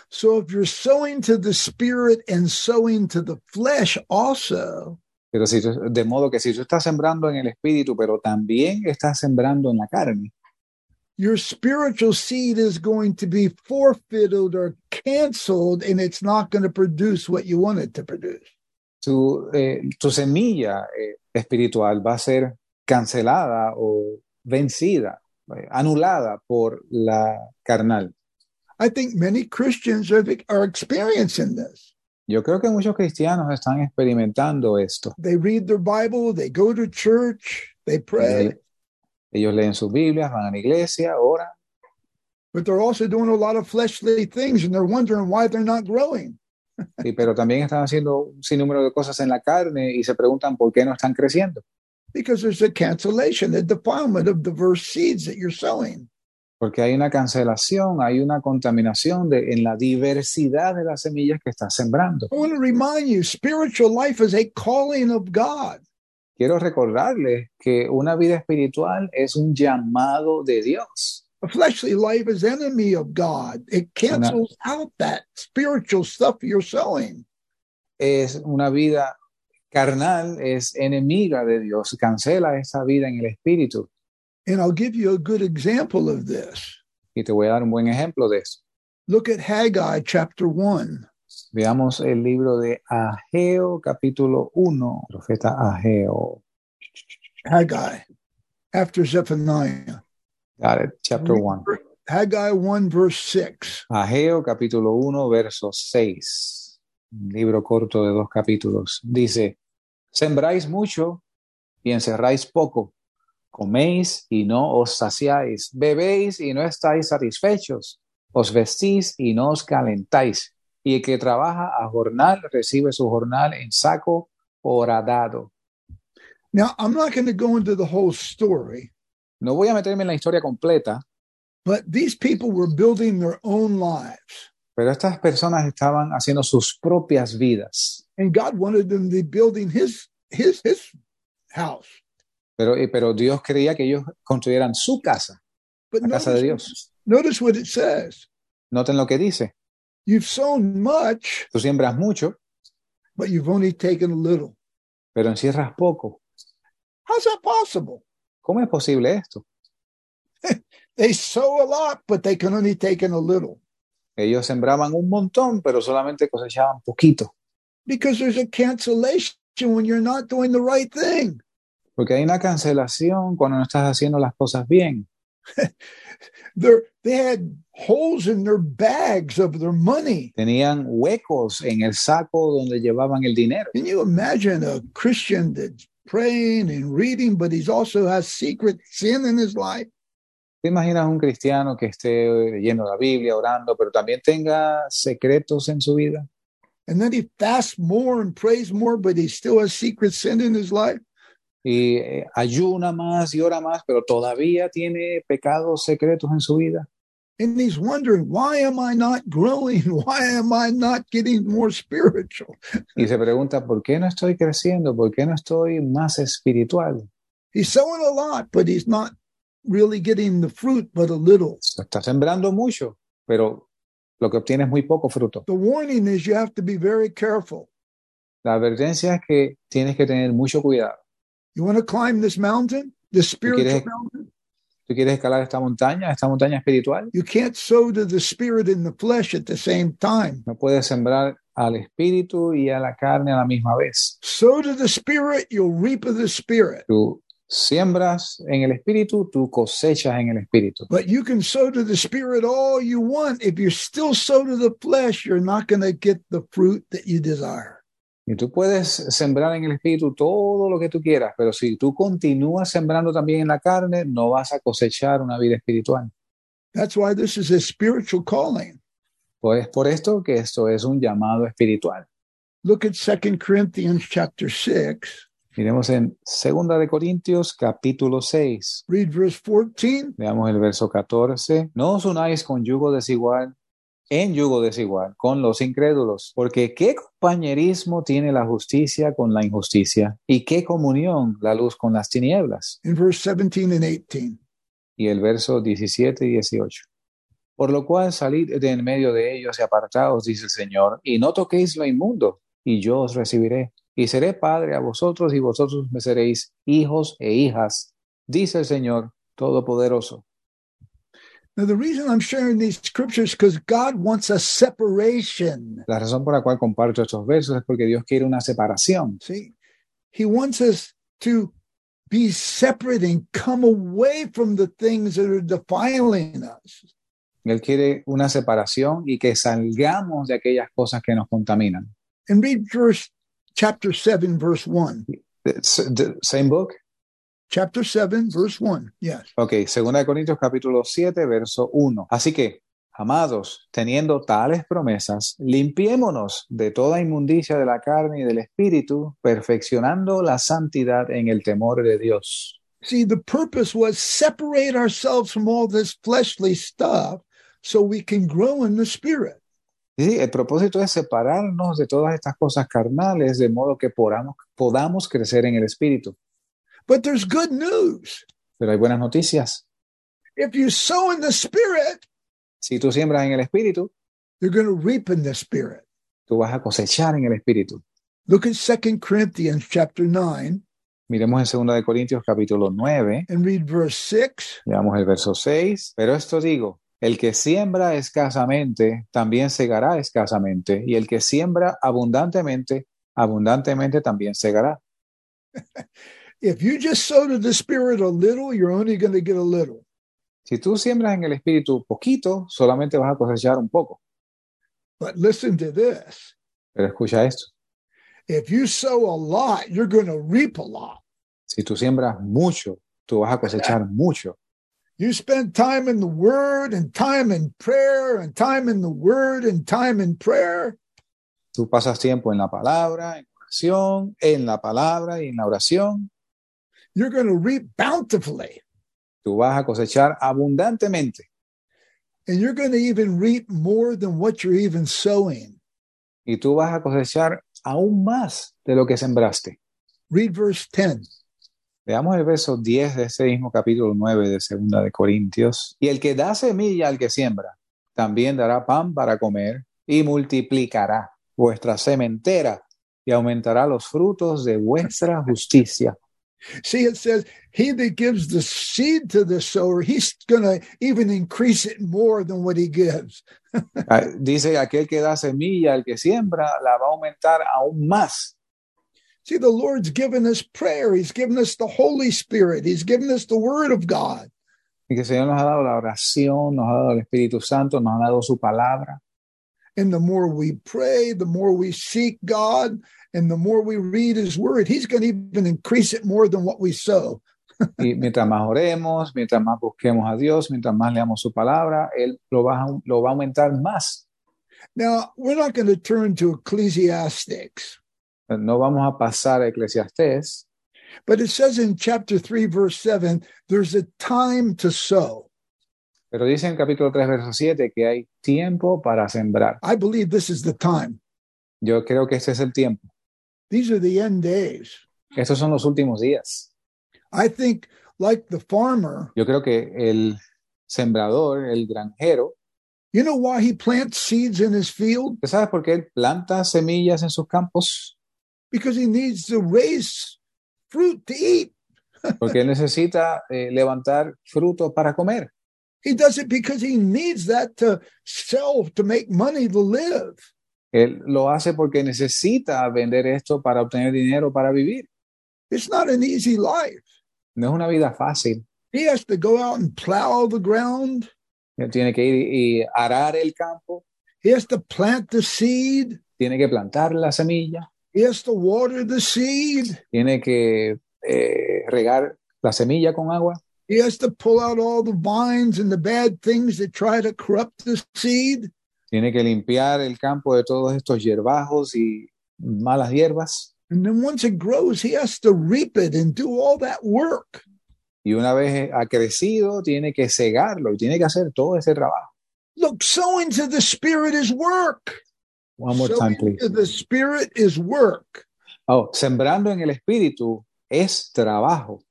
So if you're sowing to the spirit and sowing to the flesh also,
Pero si tú- de modo que si tú estás sembrando en el espíritu, pero también estás sembrando en la carne,
your spiritual seed is going to be forfeited or canceled, and it's not going to produce what you want it to produce.
tu, eh, tu semilla eh, espiritual va a ser cancelada o vencida, eh, anulada por la carnal.
I think many Christians are, are experiencing this.
Yo creo que muchos cristianos están experimentando esto.
They read their Bible, they go to church, they pray,
Ellos- Ellos leen sus Biblias, van a la iglesia, oran,
but they're also doing a lot of fleshly things and they're wondering why they're not growing.
sí, pero también están haciendo un sinnúmero de cosas en la carne y se preguntan por qué no están creciendo.
Because there's a cancellation, a defilement of diverse seeds that you're sowing.
Porque hay una cancelación, hay una contaminación de, en la diversidad de las semillas que estás sembrando.
I want to remind you spiritual life is a calling of God.
Quiero recordarles que una vida espiritual es un llamado de Dios.
A fleshly life is enemy of God. It cancels out that spiritual stuff you're sowing.
Es una vida carnal, es enemiga de Dios. Cancela esa vida en el espíritu.
And I'll give you a good example of this.
Y te voy a dar un buen ejemplo de eso.
Look at Haggai chapter 1.
Veamos el libro de Ageo, capítulo 1, profeta Ageo,
Haggai after Zephaniah.
got it, chapter 1.
Haggai 1, verse 6.
Ageo capítulo 1, verso 6, un libro corto de dos capítulos. Dice, sembráis mucho y encerráis poco, coméis y no os saciáis, bebéis y no estáis satisfechos, os vestís y no os calentáis, y el que trabaja a jornal recibe su jornal en saco horadado.
Now, I'm not going to go into the whole story,
No voy a meterme en la historia completa,
but these people were building their own lives,
pero estas personas estaban haciendo sus propias vidas.
and God wanted them to be building his his his house.
Pero, pero Dios quería que ellos construyeran su casa.
But
la casa de
notice,
Dios.
notice what it says.
Noten lo que dice.
You've sown much,
Tú siembras mucho,
but you've only taken a little.
pero encierras poco.
How's that possible?
¿Cómo es posible esto?
They sow a lot, but they can only take in a little
Ellos sembraban un montón, pero solamente cosechaban poquito.
because there's a cancellation when you're not doing the right thing.
Porque hay una cancelación cuando no estás haciendo las cosas bien.
They're, they had holes in their bags of their money.
Tenían huecos en el saco donde llevaban el dinero.
Can you imagine a Christian that's praying and reading, but he's also has secret sin in his life?
¿Te imaginas un cristiano que esté leyendo la Biblia, orando, pero también tenga secretos en su vida?
And then he fasts more and prays more, but he still has secret sin in his life?
Y eh, ayuna más y ora más, pero todavía tiene pecados secretos en su vida.
And he's wondering, why am I not growing? Why am I not getting more spiritual?
Y se pregunta, ¿por qué no estoy creciendo? ¿Por qué no estoy más espiritual?
He's sowing a lot, but he's not really getting the fruit, but a little.
Se Está sembrando mucho, pero lo que obtiene es muy poco fruto.
The warning is you have to be very careful.
La advertencia es que tienes que tener mucho cuidado.
You want to climb this mountain, this spiritual
quieres-
mountain?
Tú quieres escalar esta montaña, esta montaña espiritual.
You can't sow to the spirit and the flesh at the same time.
No puedes sembrar al espíritu y a la carne a la misma vez.
Sow to the spirit, you'll reap of the spirit.
Tú siembras en el espíritu, tú cosechas en el espíritu.
But you can sow to the spirit all you want. If you still sow to the flesh, you're not going to get the fruit that you desire.
Y tú puedes sembrar en el espíritu todo lo que tú quieras, pero si tú continúas sembrando también en la carne, no vas a cosechar una vida espiritual.
That's why this is a spiritual calling.
Pues por esto que esto es un llamado espiritual.
Look at Second Corinthians chapter 6.
Miremos en 2 de Corintios capítulo 6.
Read verse 14.
Veamos el verso 14. No os unáis con yugo desigual, en yugo desigual, con los incrédulos, porque ¿qué compañerismo tiene la justicia con la injusticia? ¿Y qué comunión la luz con las tinieblas?
In verse 17 and 18.
Y el verso 17 y 18. Por lo cual salid de en medio de ellos y apartaos, dice el Señor, y no toquéis lo inmundo, y yo os recibiré, y seré padre a vosotros, y vosotros me seréis hijos e hijas, dice el Señor Todopoderoso.
Now, the reason I'm sharing these scriptures because God wants a separation.
La razón por la cual comparto estos versos es porque Dios quiere una separación.
See, he wants us to be separate and come away from the things that are defiling us.
Él quiere una separación y que salgamos de aquellas cosas que nos contaminan.
And read verse chapter 7, verse 1.
S- the Same book.
Chapter 7, verse 1. Yes.
Ok, 2 de Corintios capítulo 7, verso 1. Así que, amados, teniendo tales promesas, limpiémonos de toda inmundicia de la carne y del espíritu, perfeccionando la santidad en el temor de Dios.
See, the purpose was separate ourselves from all this fleshly stuff so we can grow in the spirit.
Y sí, el propósito es separarnos de todas estas cosas carnales de modo que podamos, podamos crecer en el espíritu.
But there's good news.
Pero hay buenas noticias.
If you sow in the spirit,
Si tú siembras en el espíritu,
you're going to reap in the spirit.
tú vas a cosechar en el espíritu.
Look at 2 Corinthians chapter 9
Miremos en 2 de Corintios capítulo 9,
and read verse 6.
Veamos el verso 6. Pero esto digo, el que siembra escasamente, también segará escasamente, y el que siembra abundantemente, abundantemente también segará.
If you just sow to the spirit a little, you're only going to get a little.
Si tú siembras en el espíritu poquito, solamente vas a cosechar un poco.
But listen to this.
Pero escucha esto,
If you sow a lot, you're going to reap a lot.
si tú siembras mucho, tú vas a cosechar mucho.
You spend time in the word and time in prayer and time in the word and time in prayer.
Tú pasas tiempo en la palabra, en oración, en la palabra y en la oración,
You're going to reap bountifully
tú vas a cosechar abundantemente
and you're going to even reap more than what you're even sowing.
y tú vas a cosechar aún más de lo que sembraste.
Read verse 10.
Veamos el verso 10 de ese mismo capítulo 9 de Segunda de Corintios. Y el que da semilla al que siembra, también dará pan para comer y multiplicará vuestra sementera y aumentará los frutos de vuestra justicia.
See, it says, He that gives the seed to the sower, he's going to even increase it more than what he gives.
Ah, Dice aquel que da semilla al que siembra, la va a aumentar aún más.
See, the Lord's given us prayer. He's given us the Holy Spirit. He's given us the Word of God.
Y que el Señor nos ha dado la oración, nos ha dado el Espíritu Santo, nos ha dado su palabra.
And the more we pray, the more we seek God, and the more we read His Word, He's going to even increase it more than what we sow.
Y mientras más oremos, mientras más busquemos a Dios, mientras más leamos su palabra, Él lo va a, lo va a aumentar más.
Now, we're not going to turn to Ecclesiastics,
No vamos a pasar a Eclesiastés,
but it says in chapter 3, verse 7, there's a time to sow.
pero dice en el capítulo 3, verso 7 que hay tiempo para sembrar.
I believe this is the time.
Yo creo que este es el tiempo.
These are the end days.
Estos son los últimos días.
I think, like the farmer,
Yo creo que el sembrador, el granjero,
you know why he plants seeds in his field?
¿tú ¿sabes por qué él planta semillas en sus campos?
Because he needs to raise fruit to eat.
Porque él necesita eh, levantar frutos para comer.
He does it because he needs that to sell, to make money to live.
Él lo hace porque necesita vender esto para obtener dinero para vivir.
It's not an easy life.
No es una vida fácil.
He has to go out and plow the ground.
Él tiene que ir y arar el campo,
He has to plant the seed.
tiene que plantar la semilla,
He has to water the seed.
tiene que eh, regar la semilla con agua,
He has to pull out all the vines and the bad things that try to corrupt the seed.
tiene que limpiar el campo de todos estos hierbajos y malas hierbas.
And then once it grows, he has to reap it and do all that work.
Y una vez ha crecido, tiene que cegarlo y tiene que hacer todo ese trabajo.
Look, sowing to the Spirit is work.
One more time,
Sowing
please.
to the Spirit is work.
Oh, sembrando en el espíritu es trabajo.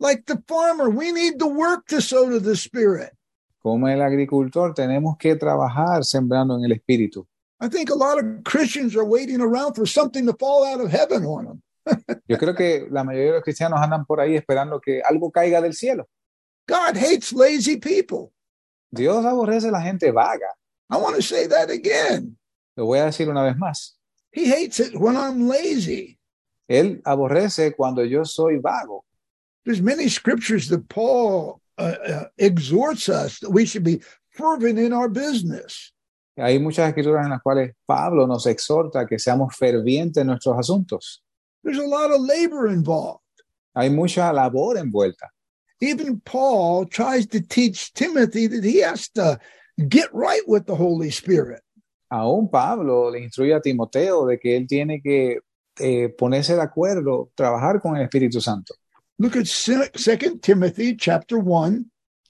Like the farmer, we need to work to sow to the Spirit.
Como el agricultor, tenemos que trabajar sembrando en el espíritu.
I think a lot of Christians are waiting around for something to fall out of heaven on them.
Yo creo que la mayoría de los cristianos andan por ahí esperando que algo caiga del cielo.
God hates lazy people.
Dios aborrece a la gente vaga.
I want to say that again.
Lo voy a decir una vez más.
He hates it when I'm lazy.
Él aborrece cuando yo soy vago.
There's many scriptures that Paul uh, uh, exhorts us that we should be fervent in our business.
Hay muchas escrituras en las cuales Pablo nos exhorta que seamos fervientes en nuestros asuntos.
There's a lot of labor involved.
Hay mucha labor envuelta.
Even Paul tries to teach Timothy that he has to get right with the Holy Spirit.
Aún Pablo le instruye a Timoteo de que él tiene que eh, ponerse de acuerdo, trabajar con el Espíritu Santo.
Look at Second Timothy chapter 1,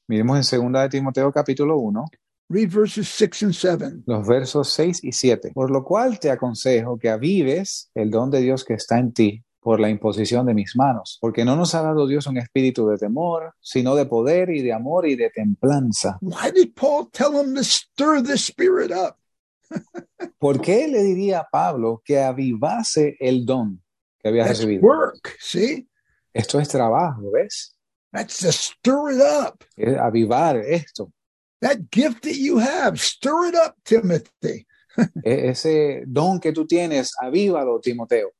Miremos en 2 de Timoteo capítulo 1,
read verses 6 and 7.
los versos 6 y 7. Por lo cual te aconsejo que avives el don de Dios que está en ti por la imposición de mis manos, porque no nos ha dado Dios un espíritu de temor, sino de poder y de amor y de templanza.
Why did Paul tell him to stir the spirit up?
¿Por qué le diría a Pablo que avivase el don que había
That's
recibido?
work. See,
Esto es trabajo, ¿ves?
that's to stir it up.
Es avivar esto.
That gift that you have, stir it up, Timothy.
E- ese don que tú tienes, avívalo, Timoteo.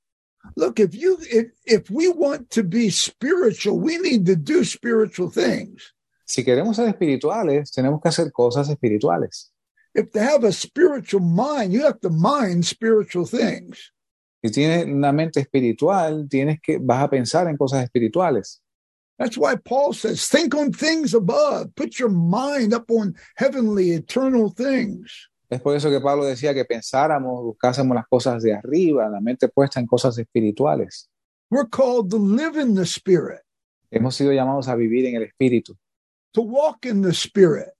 Look, if you if if we want to be spiritual, we need to do spiritual things.
Si queremos ser espirituales, tenemos que hacer cosas espirituales.
If to have a spiritual mind, you have to mind spiritual things.
Si tienes una mente espiritual, tienes que vas a pensar en cosas espirituales.
That's why Paul says, think on things above. Put your mind up on heavenly, eternal things.
Es por eso que Pablo decía que pensáramos, buscásemos las cosas de arriba, la mente puesta en cosas espirituales.
We're called to live in the spirit,
Hemos sido llamados a vivir en el espíritu,
to walk in the spirit,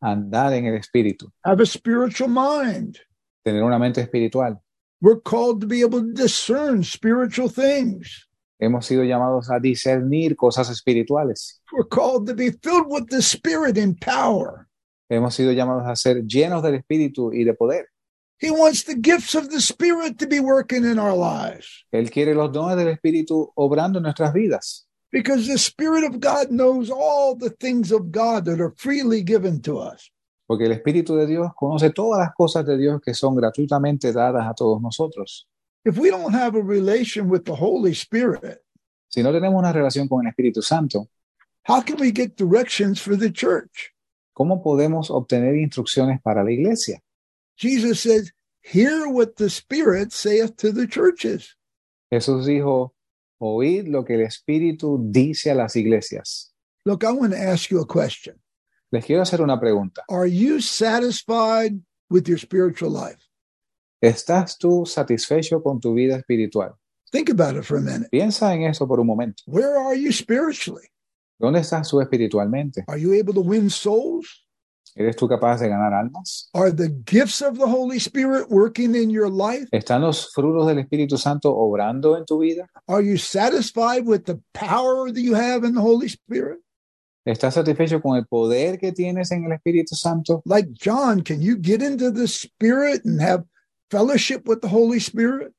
a andar en el espíritu,
have a spiritual mind.
tener una mente espiritual.
We're called to be able to discern spiritual things.
Hemos sido llamados a discernir cosas espirituales.
We're called to be filled with the spirit in power.
Hemos sido llamados a ser llenos del espíritu y de poder.
He wants the gifts of the spirit to be working in our lives
Él quiere los dones del espíritu obrando en nuestras vidas,
because the spirit of God knows all the things of God that are freely given to us.
porque el espíritu de Dios conoce todas las cosas de Dios que son gratuitamente dadas a todos nosotros.
If we don't have a relation with the Holy Spirit,
Si no tenemos una relación con el Espíritu Santo,
how can we get directions for the church?
¿cómo podemos obtener instrucciones para la iglesia?
Jesus says, Hear what the Spirit saith to the churches.
Jesús dijo, oíd lo que el Espíritu dice a las iglesias.
Look, I want to ask you a question.
Les quiero hacer una pregunta.
Are you satisfied with your spiritual life?
¿Estás tú satisfecho con tu vida espiritual?
Think about it for a minute.
Piensa en eso por un momento.
Where are you spiritually?
¿Dónde estás tú espiritualmente?
Are you able to win souls?
¿Eres tú capaz de ganar almas?
Are the gifts of the Holy Spirit working in your life?
¿Están los frutos del Espíritu Santo obrando en tu vida?
Are you satisfied with the power that you have in the Holy Spirit?
¿Estás satisfecho con el poder que tienes en el Espíritu Santo?
Like John, can you get into the Spirit and have fellowship with the Holy Spirit?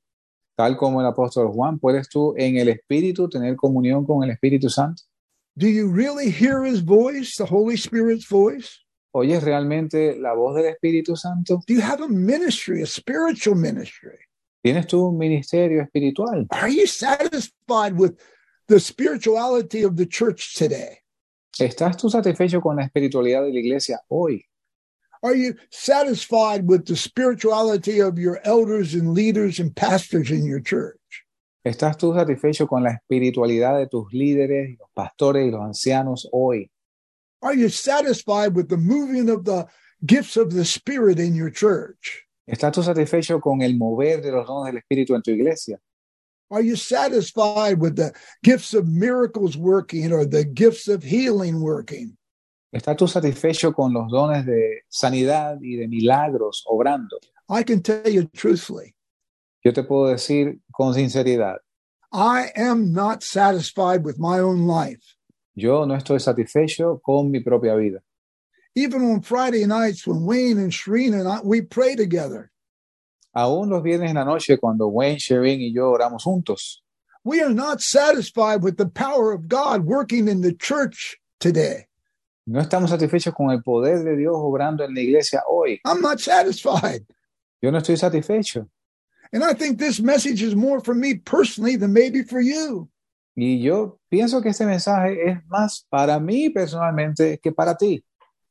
Tal como el apóstol Juan, ¿puedes tú en el Espíritu tener comunión con el Espíritu Santo?
Do you really hear his voice, the Holy Spirit's voice?
¿Oyes realmente la voz del Espíritu Santo?
Do you have a ministry, a spiritual ministry?
¿Tienes tú un ministerio espiritual?
Are you satisfied with the spirituality of the church today?
¿Estás tú satisfecho con la espiritualidad de la iglesia hoy?
Are you satisfied with the spirituality of your elders and leaders and pastors in your church?
¿Estás tú satisfecho con la espiritualidad de tus líderes, y los pastores y los ancianos hoy?
Are you satisfied with the moving of the gifts of the Spirit in your church?
¿Estás tú satisfecho con el mover de los dones del Espíritu en tu iglesia?
Are you satisfied with the gifts of miracles working or the gifts of healing working?
¿Estás tú satisfecho con los dones de sanidad y de milagros obrando?
I can tell you truthfully,
Yo te puedo decir con sinceridad,
I am not satisfied with my own life.
yo no estoy satisfecho con mi propia vida.
Even on Friday nights when Wayne and Shereen and I we pray together,
aún los viernes en la noche cuando Wayne, Sherin y yo oramos juntos.
we are not satisfied with the power of God working in the church today.
No estamos satisfechos con el poder de Dios obrando en la iglesia hoy.
I'm not satisfied.
Yo no estoy satisfecho.
And I think this message is more for me personally than maybe for you.
Y yo pienso que este mensaje es más para mí personalmente que para ti.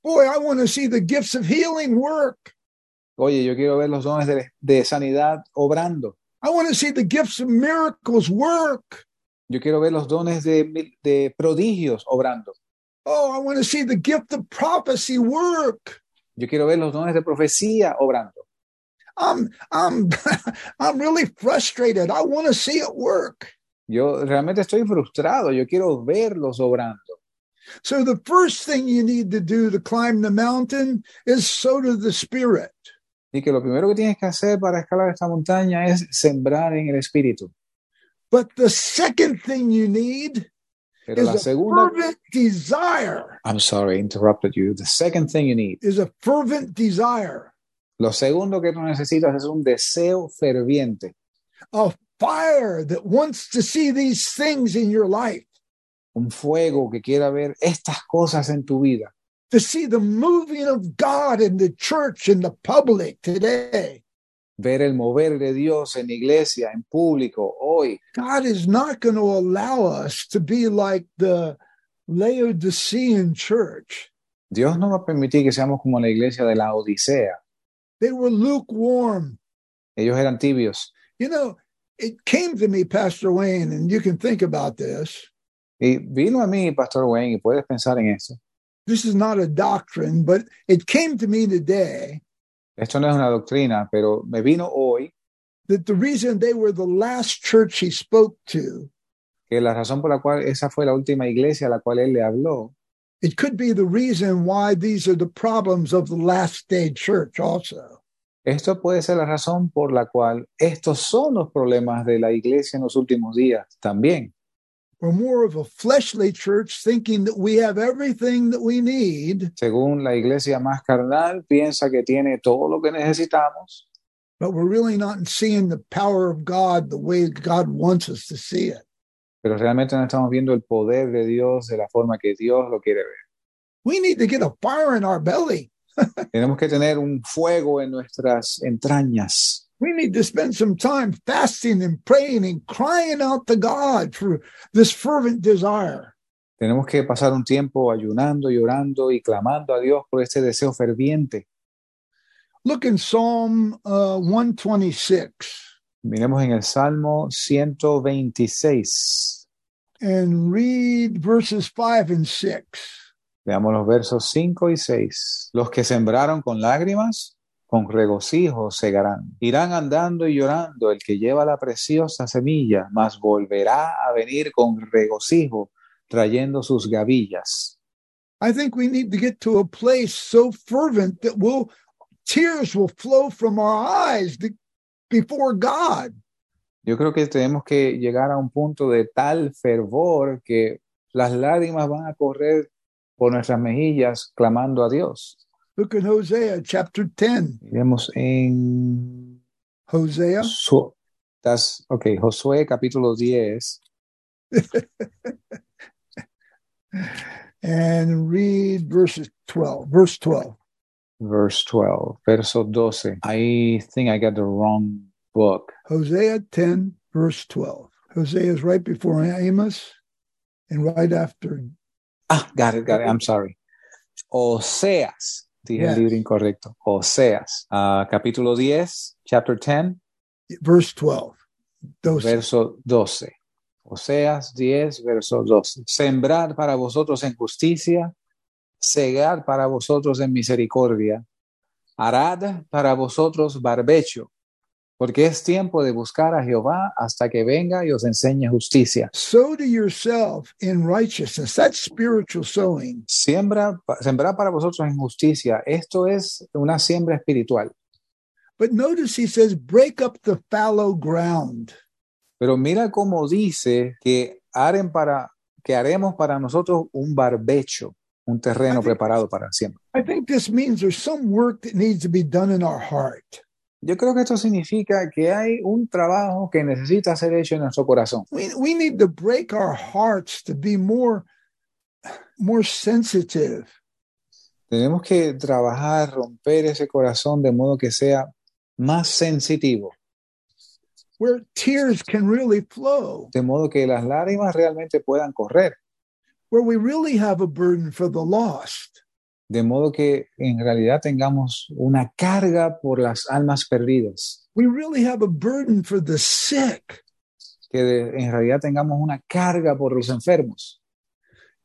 Boy, I want to see the gifts of healing work.
Oye, yo quiero ver los dones de, de sanidad obrando.
I want to see the gifts of miracles work.
Yo quiero ver los dones de, mil- de prodigios obrando.
Oh, I want to see the gift of prophecy work.
Yo quiero ver los dones de profecía obrando.
I'm I'm I'm really frustrated. I want to see it work.
Yo realmente estoy frustrado. Yo quiero verlos obrando.
So the first thing you need to do to climb the mountain is sow to the spirit.
Y que lo primero que tienes que hacer para escalar esta montaña es sembrar en el espíritu.
But the second thing you need
Pero la
is a
segunda.
fervent desire.
I'm sorry, interrupted you. The second thing you need.
Is a fervent desire,
Lo segundo que tú necesitas es un deseo ferviente.
a fire that wants to see these things in your life,
un fuego que quiera ver estas cosas en tu vida,
to see the moving of God in the church in the public today.
ver el mover de Dios en iglesia, en público, hoy.
God is not going to allow us to be like the Laodicean church.
Dios no va a permitir que seamos como la iglesia de la Odisea.
They were lukewarm.
Ellos eran tibios.
You know, it came to me, Pastor Wayne, and you can think about this.
Y vino a mí, Pastor Wayne, y puedes pensar en esto.
This is not a doctrine, but it came to me today
Esto no es una doctrina, pero me vino hoy
that the reason they were the last church he spoke to,
que la razón por la cual esa fue la última iglesia a la cual él le habló,
it could be the reason why these are the problems of the last day church also.
esto puede ser la razón por la cual estos son los problemas de la iglesia en los últimos días también.
We're more of a fleshly church thinking that we have everything that we need
según la iglesia más carnal, piensa que tiene todo lo que necesitamos,
but we're really not seeing the power of God the way God wants us to see it.
pero realmente no estamos viendo el poder de Dios de la forma que Dios lo quiere ver.
We need to get a fire in our belly.
Tenemos que tener un fuego en nuestras entrañas.
We need to spend some time fasting and praying and crying out to God for this fervent desire.
Tenemos que pasar un tiempo ayunando, llorando y clamando a Dios por este deseo ferviente.
Look in Psalm uh, 126
Miremos en el Salmo 126.
and read verses 5 and 6.
Veamos los versos 5 y 6. Los que sembraron con lágrimas, con regocijo segarán. Irán andando y llorando el que lleva la preciosa semilla, mas volverá a venir con regocijo, trayendo sus gavillas.
I think we need to get to a place so fervent that we'll, tears will flow from our eyes be- before God.
Yo creo que tenemos que llegar a un punto de tal fervor que las lágrimas van a correr por nuestras mejillas clamando a Dios.
Look in Hosea chapter 10.
Vemos en
Hosea,
Josué- that's- okay, Josué capítulo 10,
and read verses 12. Verse 12.
verse 12, verso 12. I think I got the wrong book.
Hosea 10, verse 12. Hosea is right before Amos and right after.
Ah, got it, got it. I'm sorry. Oseas. Dije
Yes.
el libro incorrecto. Oseas. Ah, capítulo 10, chapter 10,
Verse 12. Those,
verso 12. Oseas 10, verso 12. Sembrar para vosotros en justicia, cegar para vosotros en misericordia, arad para vosotros barbecho, porque es tiempo de buscar a Jehová hasta que venga y os enseñe justicia.
sow to yourself in righteousness. That's spiritual sowing.
Siembra, sembrar para vosotros en justicia. Esto es una siembra espiritual.
But notice he says, break up the fallow ground.
Pero mira cómo dice que, haren para, que haremos para nosotros un barbecho, un terreno preparado para la siembra.
I think this means there's some work that needs to be done in our heart.
Yo creo que esto significa que hay un trabajo que necesita ser hecho en nuestro corazón.
we we need to break our hearts to be more more sensitive
Tenemos que trabajar, romper ese corazón de modo que sea más sensitivo.
where tears can really flow,
de modo que las lágrimas realmente puedan correr,
where we really have a burden for the lost.
de modo que en realidad tengamos una carga por las almas perdidas,
We really have a burden for the sick.
que de- en realidad tengamos una carga por los enfermos.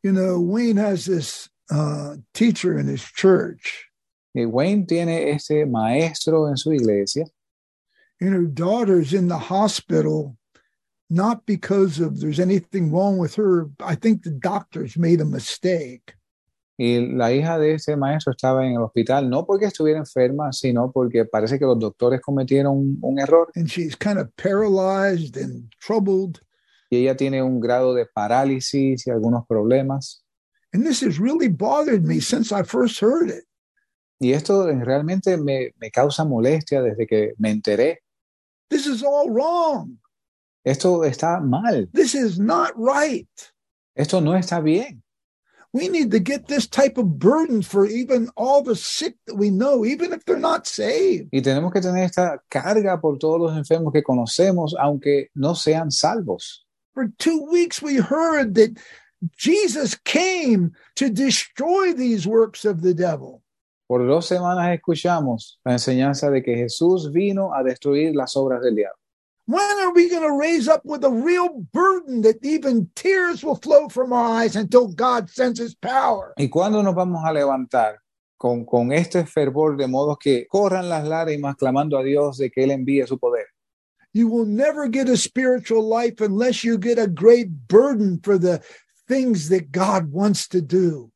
You know, Wayne has this uh, teacher in his church,
Eh, Wayne tiene este maestro en su iglesia
and her daughter's in the hospital, not because of there's anything wrong with her. I think the doctors made a mistake.
y la hija de este maestro estaba en el hospital, no porque estuviera enferma, sino porque parece que los doctores cometieron un, un error
and she's kind of paralyzed and troubled.
y ella tiene un grado de parálisis y algunos problemas.
And this has really bothered me since I first heard it.
Y esto eh, realmente me, me causa molestia desde que me enteré.
This is all wrong.
Esto está mal,
This is not right.
esto no está bien.
We need to get this type of burden for even all the sick that we know, even if they're not saved.
Y tenemos que tener esta carga por todos los enfermos que conocemos, aunque no sean salvos.
For two weeks, we heard that Jesus came to destroy these works of the devil.
Por dos semanas escuchamos la enseñanza de que Jesús vino a destruir las obras del diablo.
When are we going to raise up with a real burden that even tears will flow from our eyes until God sends his power?
¿Y cuándo nos vamos a levantar con, con este fervor de modo que corran las lágrimas clamando a Dios de que Él envíe su poder?
You will never get a spiritual life unless you get a great burden for the things that God wants to do.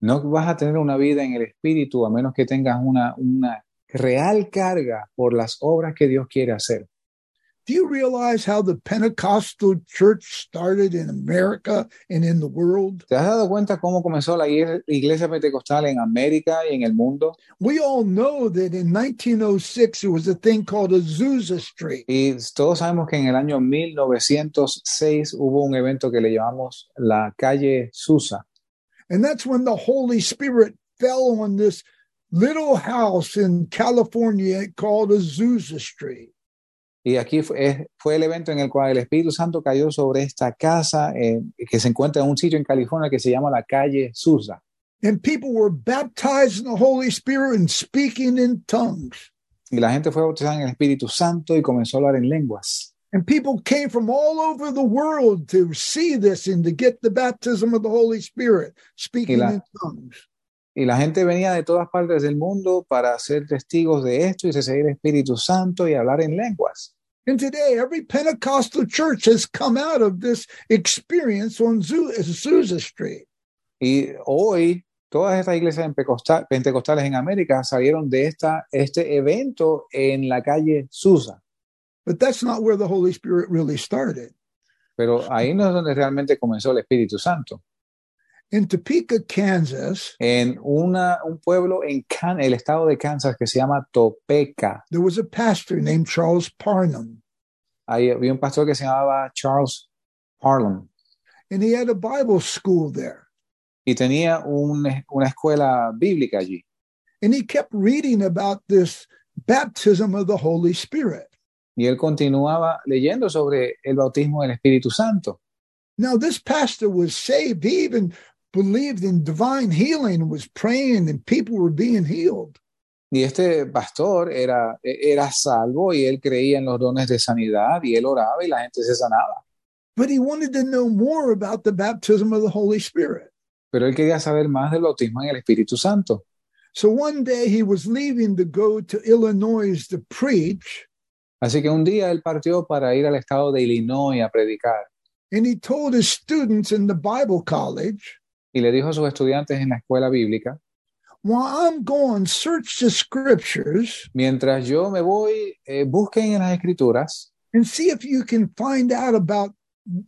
No vas a tener una vida en el Espíritu a menos que tengas una, una real carga por las obras que Dios quiere hacer.
Do you realize how the Pentecostal church started in America and in the world?
¿Te has dado cuenta cómo comenzó la ier- iglesia pentecostal en América y en el mundo?
We all know that in 1906 there was a thing called Azusa Street.
Y todos sabemos que en el año 1906 hubo un evento que le llamamos la calle Susa.
And that's when the Holy Spirit fell on this little house in California called Azusa Street.
Y aquí fue, es- fue el evento en el cual el Espíritu Santo cayó sobre esta casa eh, que se encuentra en un sitio en California que se llama la calle Susa.
And people were baptized in the Holy Spirit and speaking in tongues.
Y la gente fue bautizada en el Espíritu Santo y comenzó a hablar en lenguas.
And people came from all over the world to see this and to get the baptism of the Holy Spirit, speaking
Ela-
in tongues.
Y la gente venía de todas partes del mundo para ser testigos de esto y recibir el Espíritu Santo y hablar en lenguas.
And today, every Pentecostal church has come out of this experience on Zu- Azusa Street.
Y hoy todas estas iglesias pentecosta- pentecostales en América salieron de esta, este evento en la calle Susa,
But that's not where the Holy Spirit really started.
pero ahí no es donde realmente comenzó el Espíritu Santo,
In Topeka, Kansas,
en una, un pueblo en Can- el estado de Kansas que se llama Topeka.
there was a pastor named Charles Parnham,
Ahí había un pastor que se llamaba Charles Harlan
and he had a Bible school there.
y tenía un- una escuela bíblica allí.
And he kept reading about this baptism of the Holy Spirit.
Y él continuaba leyendo sobre el bautismo del Espíritu Santo.
Now, this pastor was saved. He even believed in divine healing, was praying, and people were being healed.
Y este pastor era, era salvo y él creía en los dones de sanidad y él oraba y la gente se sanaba.
But he wanted to know more about the baptism of the Holy Spirit.
Pero él quería saber más del bautismo en el Espíritu Santo.
So one day he was leaving to go to Illinois to preach,
Así que un día él partió para ir al estado de Illinois a predicar
and he told his students in the Bible college,
y le dijo a sus estudiantes en la escuela bíblica,
While I'm gone, search the scriptures
mientras yo me voy, eh, busquen en las escrituras
and see if you can find out about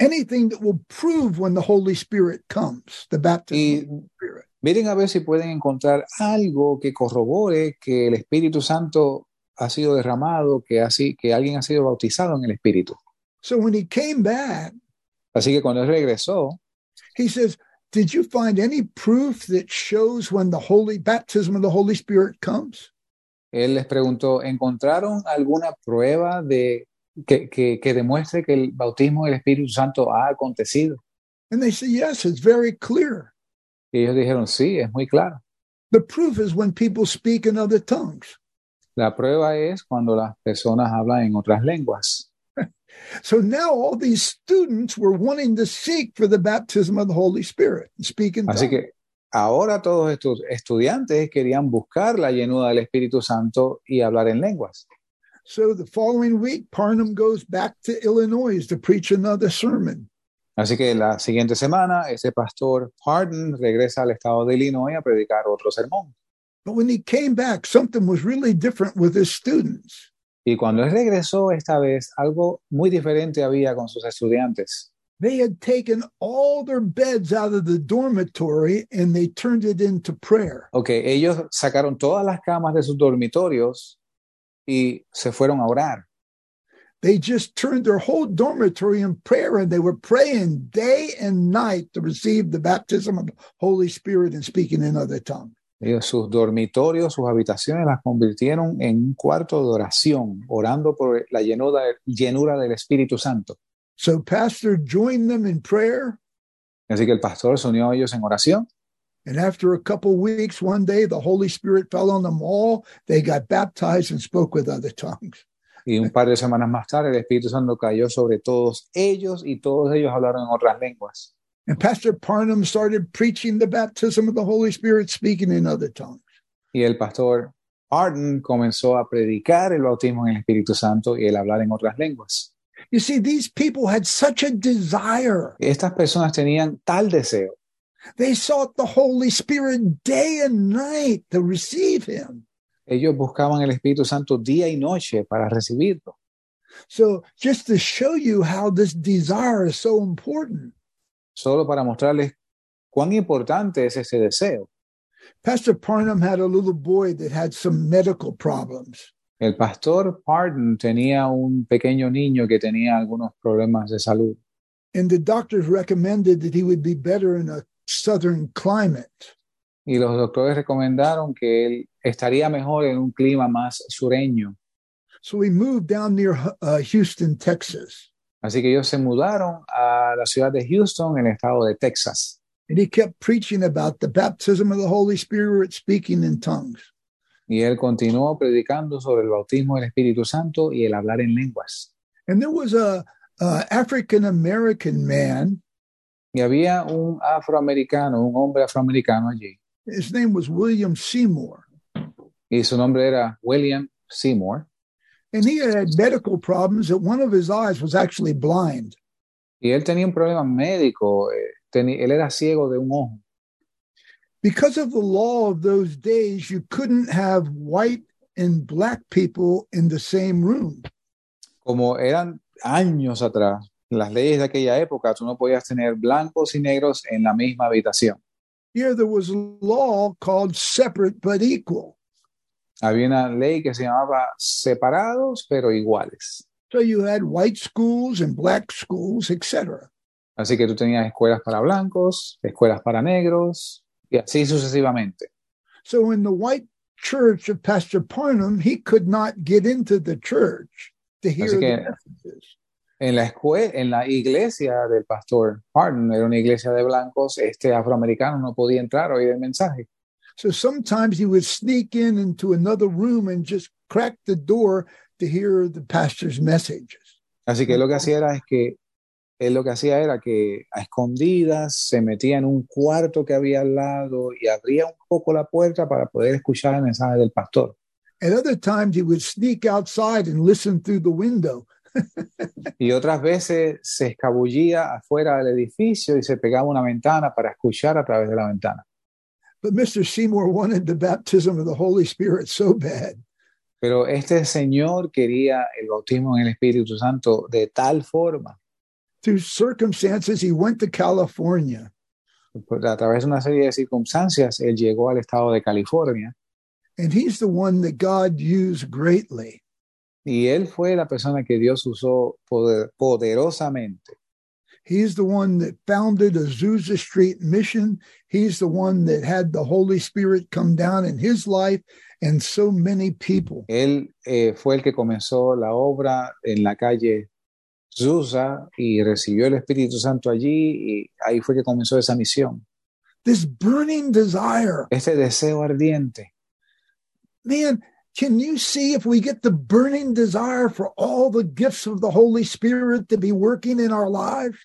anything that will prove when the Holy Spirit comes, the baptism of
y
the Spirit.
miren a ver si pueden encontrar algo que corrobore que el Espíritu Santo ha sido derramado, que, así, que alguien ha sido bautizado en el Espíritu.
So when he came back,
Así que cuando él regresó,
he says, Did you find any proof that shows when the holy baptism of the Holy Spirit comes?
Él les preguntó, ¿encontraron alguna prueba de que, que, que demuestre que el bautismo del Espíritu Santo ha acontecido.
And they say, yes, it's very clear.
Y ellos dijeron, sí, es muy claro.
The proof is when people speak in other tongues.
La prueba es cuando las personas hablan en otras lenguas.
So now all these students were wanting to seek for the baptism of the Holy Spirit and speak in
Así
tongues.
que ahora todos estos estudiantes querían buscar la llenura del Espíritu Santo y hablar en lenguas.
So the following week, Parnham goes back to Illinois to preach another sermon.
Así que la siguiente semana, ese pastor Hardin regresa al estado de Illinois a predicar otro sermón.
But when he came back, something was really different with his students.
Y cuando él regresó esta vez, algo muy diferente había con sus estudiantes.
They had taken all their beds out of the dormitory and they turned it into prayer.
Ok, ellos sacaron todas las camas de sus dormitorios y se fueron a orar.
They just turned their whole dormitory in prayer and they were praying day and night to receive the baptism of the Holy Spirit and speaking in other tongues.
Ellos sus dormitorios, sus habitaciones las convirtieron en un cuarto de oración, orando por la llenura, llenura del Espíritu Santo.
So pastor joined them in prayer.
Así que el pastor se unió a ellos en oración
And after a couple weeks, one day the Holy Spirit fell on them all. They got baptized and spoke with other tongues.
y un par de semanas más tarde el Espíritu Santo cayó sobre todos ellos y todos ellos hablaron en otras lenguas.
And Pastor Parnham started preaching the baptism of the Holy Spirit, speaking in other tongues.
Y el pastor Arden comenzó a predicar el bautismo en el Espíritu Santo y el hablar en otras lenguas.
You see, these people had such a desire.
Estas personas tenían tal deseo,
They sought the Holy Spirit day and night to receive him.
ellos buscaban el Espíritu Santo día y noche para recibirlo.
So, just to show you how this desire is so important,
solo para mostrarles cuán importante es ese deseo.
Pastor Parnham had a little boy that had some medical problems.
El pastor Pardon tenía un pequeño niño que tenía algunos problemas de salud
and the doctors recommended that he would be better in a southern climate.
y los doctores recomendaron que él estaría mejor en un clima más sureño.
So he moved down near uh, Houston, Texas,
Así que ellos se mudaron a la ciudad de Houston, en el estado de Texas.
and he kept preaching about the baptism of the Holy Spirit, speaking in tongues.
Y él continuó predicando sobre el bautismo del Espíritu Santo y el hablar en lenguas.
And there was a uh, African American man.
Y había un afroamericano, un hombre afroamericano allí,
His name was William Seymour,
y su nombre era William Seymour.
and he had medical problems. That one of his eyes was actually blind.
Y él tenía un problema médico, eh, teni- él era ciego de un ojo.
Because of the law of those days, you couldn't have white and black people in the same room.
Como eran años atrás, las leyes de aquella época, tú no podías tener blancos y negros en la misma habitación.
Here there was a law called separate but equal.
Había una ley que se llamaba separados pero iguales.
So you had white schools and black schools, etc.
Así que tú tenías escuelas para blancos, escuelas para negros y así sucesivamente.
So in the white church of Pastor Parnham, he could not get into the church to hear
que-
the messages.
En la, escue- en la iglesia del pastor Hardin, era una iglesia de blancos, este afroamericano no podía entrar a oír el mensaje.
So sometimes he would sneak in into another room and just crack the door to hear the pastor's messages.
Así que él lo que hacía era es que él lo que hacía era que a escondidas se metía en un cuarto que había al lado y abría un poco la puerta para poder escuchar el mensaje del pastor.
At other times, he would sneak outside and listen through the window.
Y otras veces se escabullía afuera del edificio y se pegaba a una ventana para escuchar a través de la ventana.
But Mr. Seymour wanted the baptism of the Holy Spirit so bad.
Pero este señor quería el bautismo en el Espíritu Santo de tal forma,
through circumstances, he went to California.
pues, a través de una serie de circunstancias, él llegó al estado de California
And he's the one that God used greatly.
y él fue la persona que Dios usó poder- poderosamente.
He's the one that founded Azusa Street Mission. He's the one that had the Holy Spirit come down in his life and so many people.
Él eh, fue el que comenzó la obra en la calle Susa y recibió el Espíritu Santo allí y ahí fue que comenzó esa misión.
This burning desire,
Este deseo ardiente.
man, can you see if we get the burning desire for all the gifts of the Holy Spirit to be working in our lives?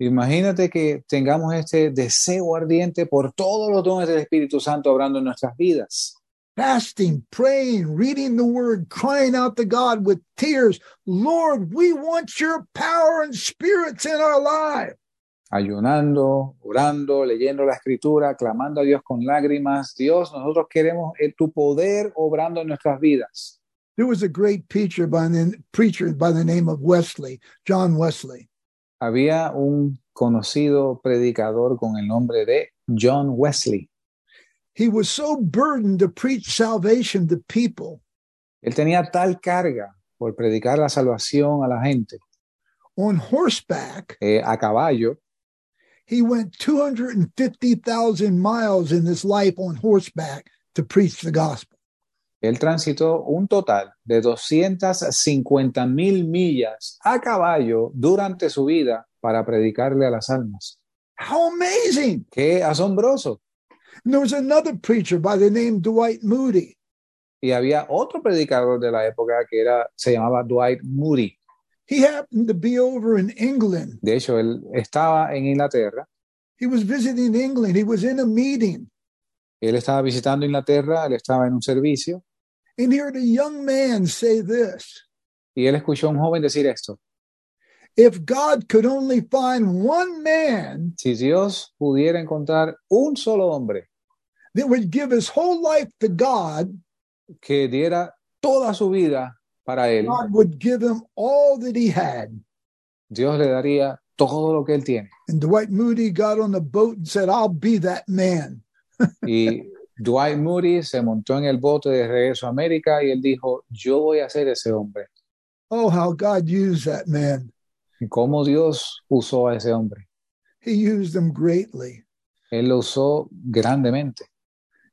Imagínate que tengamos este deseo ardiente por todos los dones del Espíritu Santo obrando en nuestras vidas.
fasting, praying, reading the word, crying out to God with tears, Lord, we want your power and spirits in our life.
ayunando, orando, leyendo la escritura, clamando a Dios con lágrimas. Dios, nosotros queremos eh, tu poder obrando en nuestras vidas.
There was a great preacher by the, preacher by the name of Wesley, John Wesley.
Había un conocido predicador con el nombre de John Wesley.
He was so burdened to preach salvation to people
Él tenía tal carga por predicar la salvación a la gente
on horseback,
eh, a caballo
he went 250,000 miles in his life on horseback to preach the gospel.
Él transitó un total de 250 mil millas a caballo durante su vida para predicarle a las almas.
How amazing!
¡Qué asombroso!
And there was another preacher by the name Dwight Moody.
y había otro predicador de la época que era, se llamaba Dwight Moody.
He happened to be over in England.
De hecho, él estaba en Inglaterra,
He was visiting England. He was in a meeting
él estaba visitando Inglaterra, él estaba en un servicio
and he heard a young man say this
y él escuchó a un joven decir esto,
If God could only find one man
si Dios pudiera encontrar un solo hombre
that would give his whole life to God,
que diera toda su vida para él,
God would give him all that he had.
Dios le daría todo lo que él tiene.
And Dwight Moody got on the boat and said, I'll be that man.
Y Dwight Moody se montó en el bote de regreso a América y él dijo, yo voy a ser ese hombre.
Oh, how God used that man.
¿Y cómo Dios usó a ese hombre?
He used him greatly.
Él lo usó grandemente.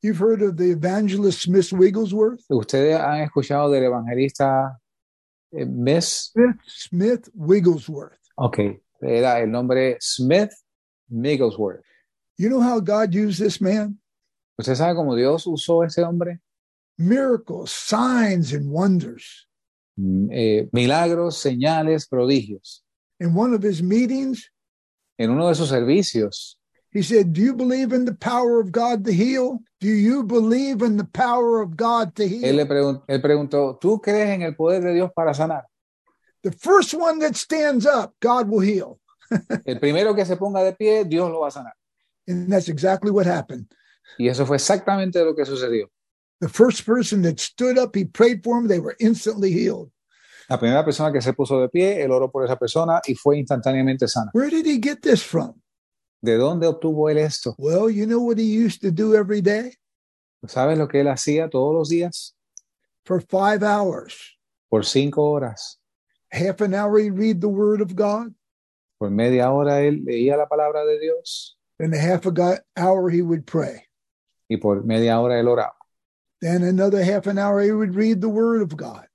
You've heard of the evangelist Smith Wigglesworth?
Ustedes han escuchado del evangelista eh, Miss,
Smith Wigglesworth.
ok, era el nombre Smith Migglesworth.
You know how God used this man?
¿Usted sabe cómo Dios usó a ese hombre?
miracles, signs, and wonders.
Mm, eh, milagros, señales, prodigios.
In one of his meetings,
En uno de sus servicios,
he said, Do you believe in the power of God to heal? Do you believe in the power of God to
él,
heal?
le pregun- él preguntó, ¿tú crees en el poder de Dios para sanar?
The first one that stands up, God will heal.
El primero que se ponga de pie, Dios lo va a sanar.
And that's exactly what happened.
Y eso fue exactamente lo que sucedió.
The first person that stood up, he prayed for him, they were instantly healed.
La primera persona que se puso de pie, él oró por esa persona y fue instantáneamente sana.
Where did he get this from?
¿De dónde obtuvo él esto?
Well, you know what he used to do every day?
¿Sabes lo que él hacía todos los días?
For five hours,
por cinco horas,
half an hour, he'd read the word of God.
por media hora él leía la palabra de Dios
Then a half a go- hour, he would pray.
y por media hora él oraba
Then another half an hour, he would read the Word of God.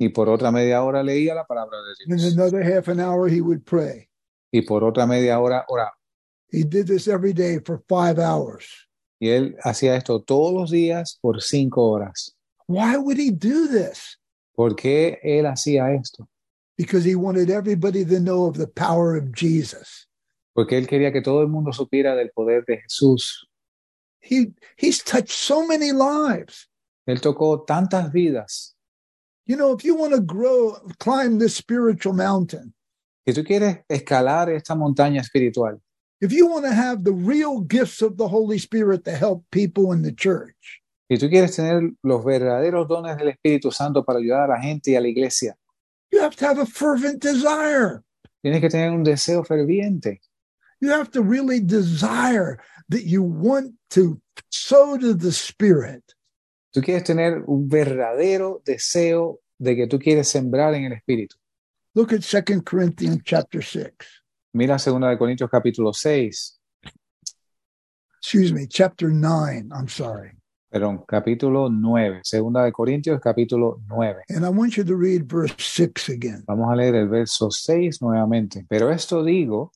y por otra media hora leía la palabra de
Then
Dios
another half an hour, he would pray.
y por otra media hora oraba.
He did this every day for five hours.
Y él hacía esto todos los días por cinco horas.
Why would he do this?
¿Por qué él hacía esto?
Because he wanted everybody to know of the power of Jesus.
Porque él quería que todo el mundo supiera del poder de Jesús.
He, he's touched so many lives.
Él tocó tantas vidas.
You know, if you want to grow, climb this spiritual mountain,
Si tú quieres escalar esta montaña espiritual,
if you want to have the real gifts of the Holy Spirit to help people in the church,
si tú quieres tener los verdaderos dones del Espíritu Santo para ayudar a la gente y a la iglesia,
you have to have a fervent desire.
Tienes que tener un deseo ferviente.
You have to really desire that you want to sow to the Spirit.
Tú quieres tener un verdadero deseo de que tú quieres sembrar en el Espíritu.
Look at Second Corinthians chapter 6.
Mira 2 Corintios capítulo 6,
excuse me, chapter 9. I'm sorry.
perdón, capítulo 9. 2 Corintios capítulo 9.
And I want you to read verse 6 again.
Vamos a leer el verso 6 nuevamente. Pero esto digo,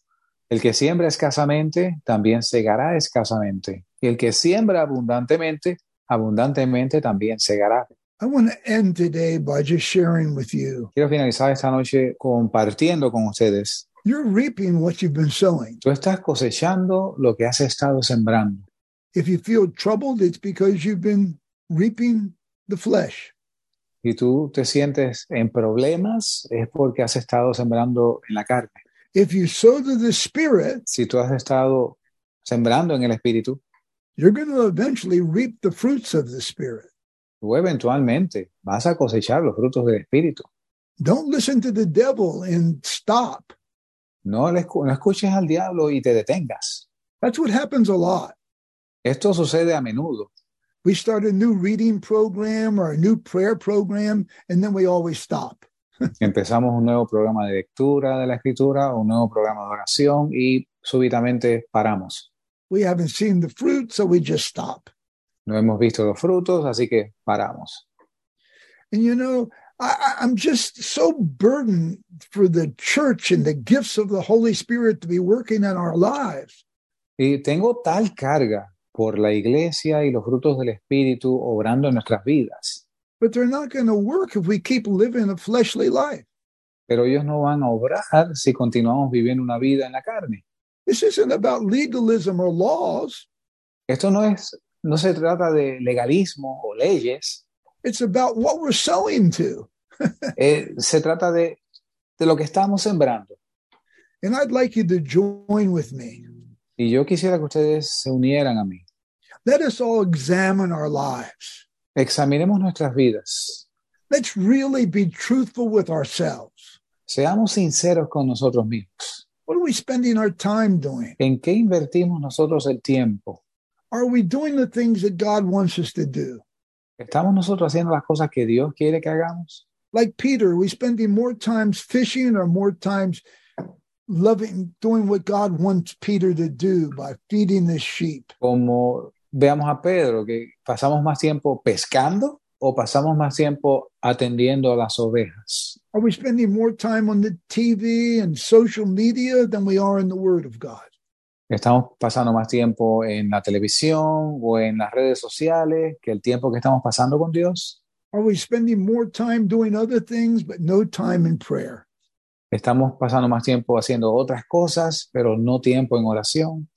el que siembra escasamente, también segará escasamente. Y el que siembra abundantemente, abundantemente también segará.
I want to end today by just sharing with you.
Quiero finalizar esta noche compartiendo con ustedes.
You're reaping what you've been sowing.
Tú estás cosechando lo que has estado sembrando.
If you feel troubled, it's because you've been reaping the flesh.
Si tú te sientes en problemas, es porque has estado sembrando en la carne.
If you sow to the spirit,
Si tú has estado sembrando en el espíritu,
you're going to eventually reap the fruits of the spirit.
tú eventualmente vas a cosechar los frutos del espíritu.
Don't listen to the devil and stop.
No, le escu- no escuches al diablo y te detengas.
That's what happens a lot.
Esto sucede a menudo.
We start a new reading program or a new prayer program, and then we always stop.
Empezamos un nuevo programa de lectura de la escritura, un nuevo programa de oración y súbitamente paramos.
We haven't seen the fruit, so we just stop.
No hemos visto los frutos, así que paramos.
And you know, I, I- I'm just so burdened for the church and the gifts of the Holy Spirit to be working in our lives.
Y tengo tal carga por la iglesia y los frutos del Espíritu obrando en nuestras vidas,
But they're not going to work if we keep living a fleshly life.
pero ellos no van a obrar si continuamos viviendo una vida en la carne.
This isn't about legalism or laws,
Esto no es, no se trata de legalismo o leyes,
it's about what we're sowing to.
eh, se trata de, de lo que estamos sembrando.
And I'd like you to join with me.
Y yo quisiera que ustedes se unieran a mí.
Let us all examine our lives.
Examinemos nuestras vidas.
Let's really be truthful with ourselves.
Seamos sinceros con nosotros mismos.
What are we spending our time doing?
¿En qué invertimos nosotros el tiempo?
Are we doing the things that God wants us to do?
¿Estamos nosotros haciendo las cosas que Dios quiere que hagamos?
like Peter, are we spending more times fishing or more times loving, doing what God wants Peter to do by feeding the sheep?
Como veamos a Pedro, que pasamos más tiempo pescando o pasamos más tiempo atendiendo a las ovejas.
Are we spending more time on the TV and social media than we are in the Word of God?
Estamos pasando más tiempo en la televisión o en las redes sociales que el tiempo que estamos pasando con Dios.
Are we spending more time doing other things but no time in prayer?
Estamos pasando más tiempo haciendo otras cosas, pero no tiempo en oración.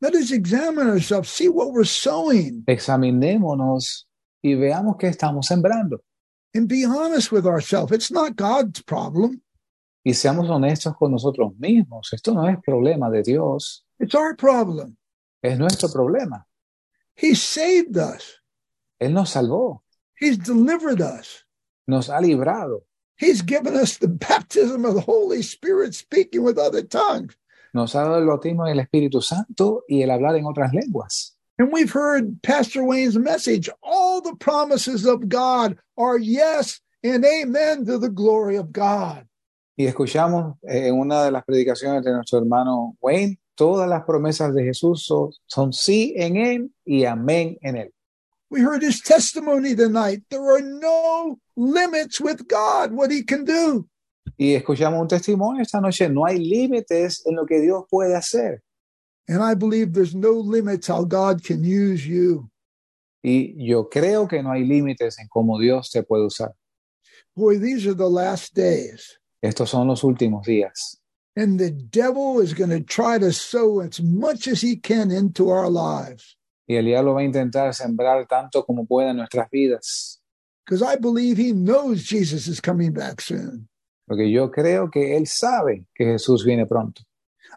Let us examine ourselves, see what we're sowing,
Examinémonos y veamos qué estamos sembrando.
and be honest with ourselves. It's not God's problem,
Y seamos honestos con nosotros mismos. Esto no es problema de Dios,
it's our problem.
es nuestro problema.
He saved us,
Él nos salvó,
He's delivered us.
nos ha librado,
He's given us the baptism of the Holy Spirit, speaking with other tongues.
nos ha dado el bautismo del Espíritu Santo y el hablar en otras lenguas.
And we've heard Pastor Wayne's message. All the promises of God are yes and amen to the glory of God.
Y escuchamos eh, en una de las predicaciones de nuestro hermano Wayne, todas las promesas de Jesús son, son sí en Él y amén en Él.
We heard his testimony tonight. There are no limits with God, what he can do.
Y escuchamos un testimonio esta noche, no hay límites en lo que Dios puede hacer.
And I believe there's no limits how God can use you.
Y yo creo que no hay límites en cómo Dios se puede usar.
Boy, these are the last days.
Estos son los últimos días.
And the devil is going to try to sow as much as he can into our lives.
Y el diablo va a intentar sembrar tanto como pueda en nuestras vidas.
because I believe he knows Jesus is coming back soon.
Porque yo creo que Él sabe que Jesús viene pronto.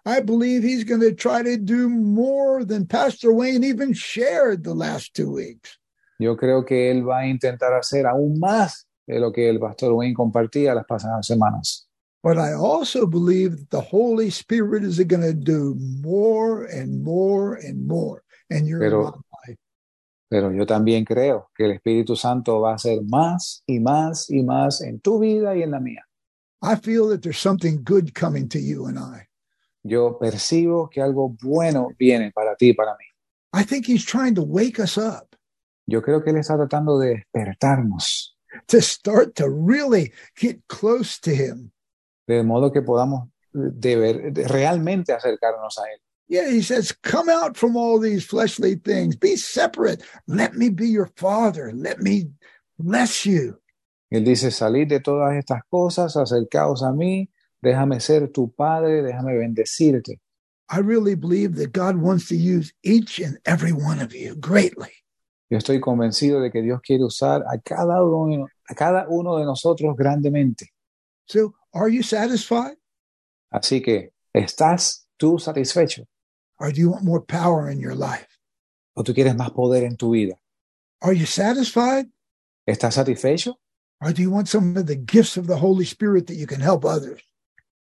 I believe he's going to try to do more than Pastor Wayne even shared the last two weeks.
Yo creo que Él va a intentar hacer aún más de lo que el pastor Wayne compartía las pasadas semanas.
But I also believe that the Holy Spirit is going to do more and more and more. And you're
Pero-
not-
Pero yo también creo que el Espíritu Santo va a hacer más y más y más en tu vida y en la mía.
I feel that there's something good coming to you and I.
Yo percibo que algo bueno viene para ti y para mí.
I think he's trying to wake us up
Yo creo que Él está tratando de despertarnos,
to start to really get close to him.
de modo que podamos de ver- de realmente acercarnos a Él.
Yeah, he says, Come out from all these fleshly things, be separate. Let me be your father. Let me bless you.
Él dice, salid de todas estas cosas, acercaos a mí, déjame ser tu Padre, déjame bendecirte.
I really believe that God wants to use each and every one of you greatly.
Yo estoy convencido de que Dios quiere usar a cada uno, a cada uno de nosotros grandemente.
So, are you satisfied
Así que, ¿estás tú satisfecho?
or do you want more power in your life?
¿O tú quieres más poder en tu vida?
Are you satisfied
¿Estás satisfecho?
or do you want some of the gifts of the Holy Spirit that you can help others?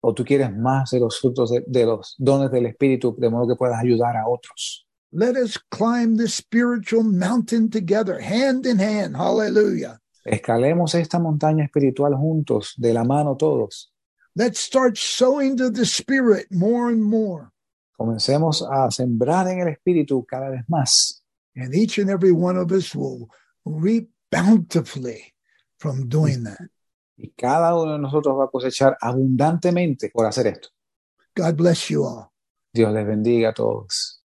¿O tú quieres más de los frutos de, de los dones del Espíritu, de modo que puedas ayudar a otros?
Let us climb this spiritual mountain together, hand in hand. Hallelujah.
Escalemos esta montaña espiritual juntos, de la mano todos.
Let's start sowing to the Spirit more and more.
Comencemos a sembrar en el Espíritu cada vez más.
And each and every one of us will reap bountifully from doing that.
Y cada uno de nosotros va a cosechar abundantemente por hacer esto.
God bless you all.
Dios les bendiga a todos.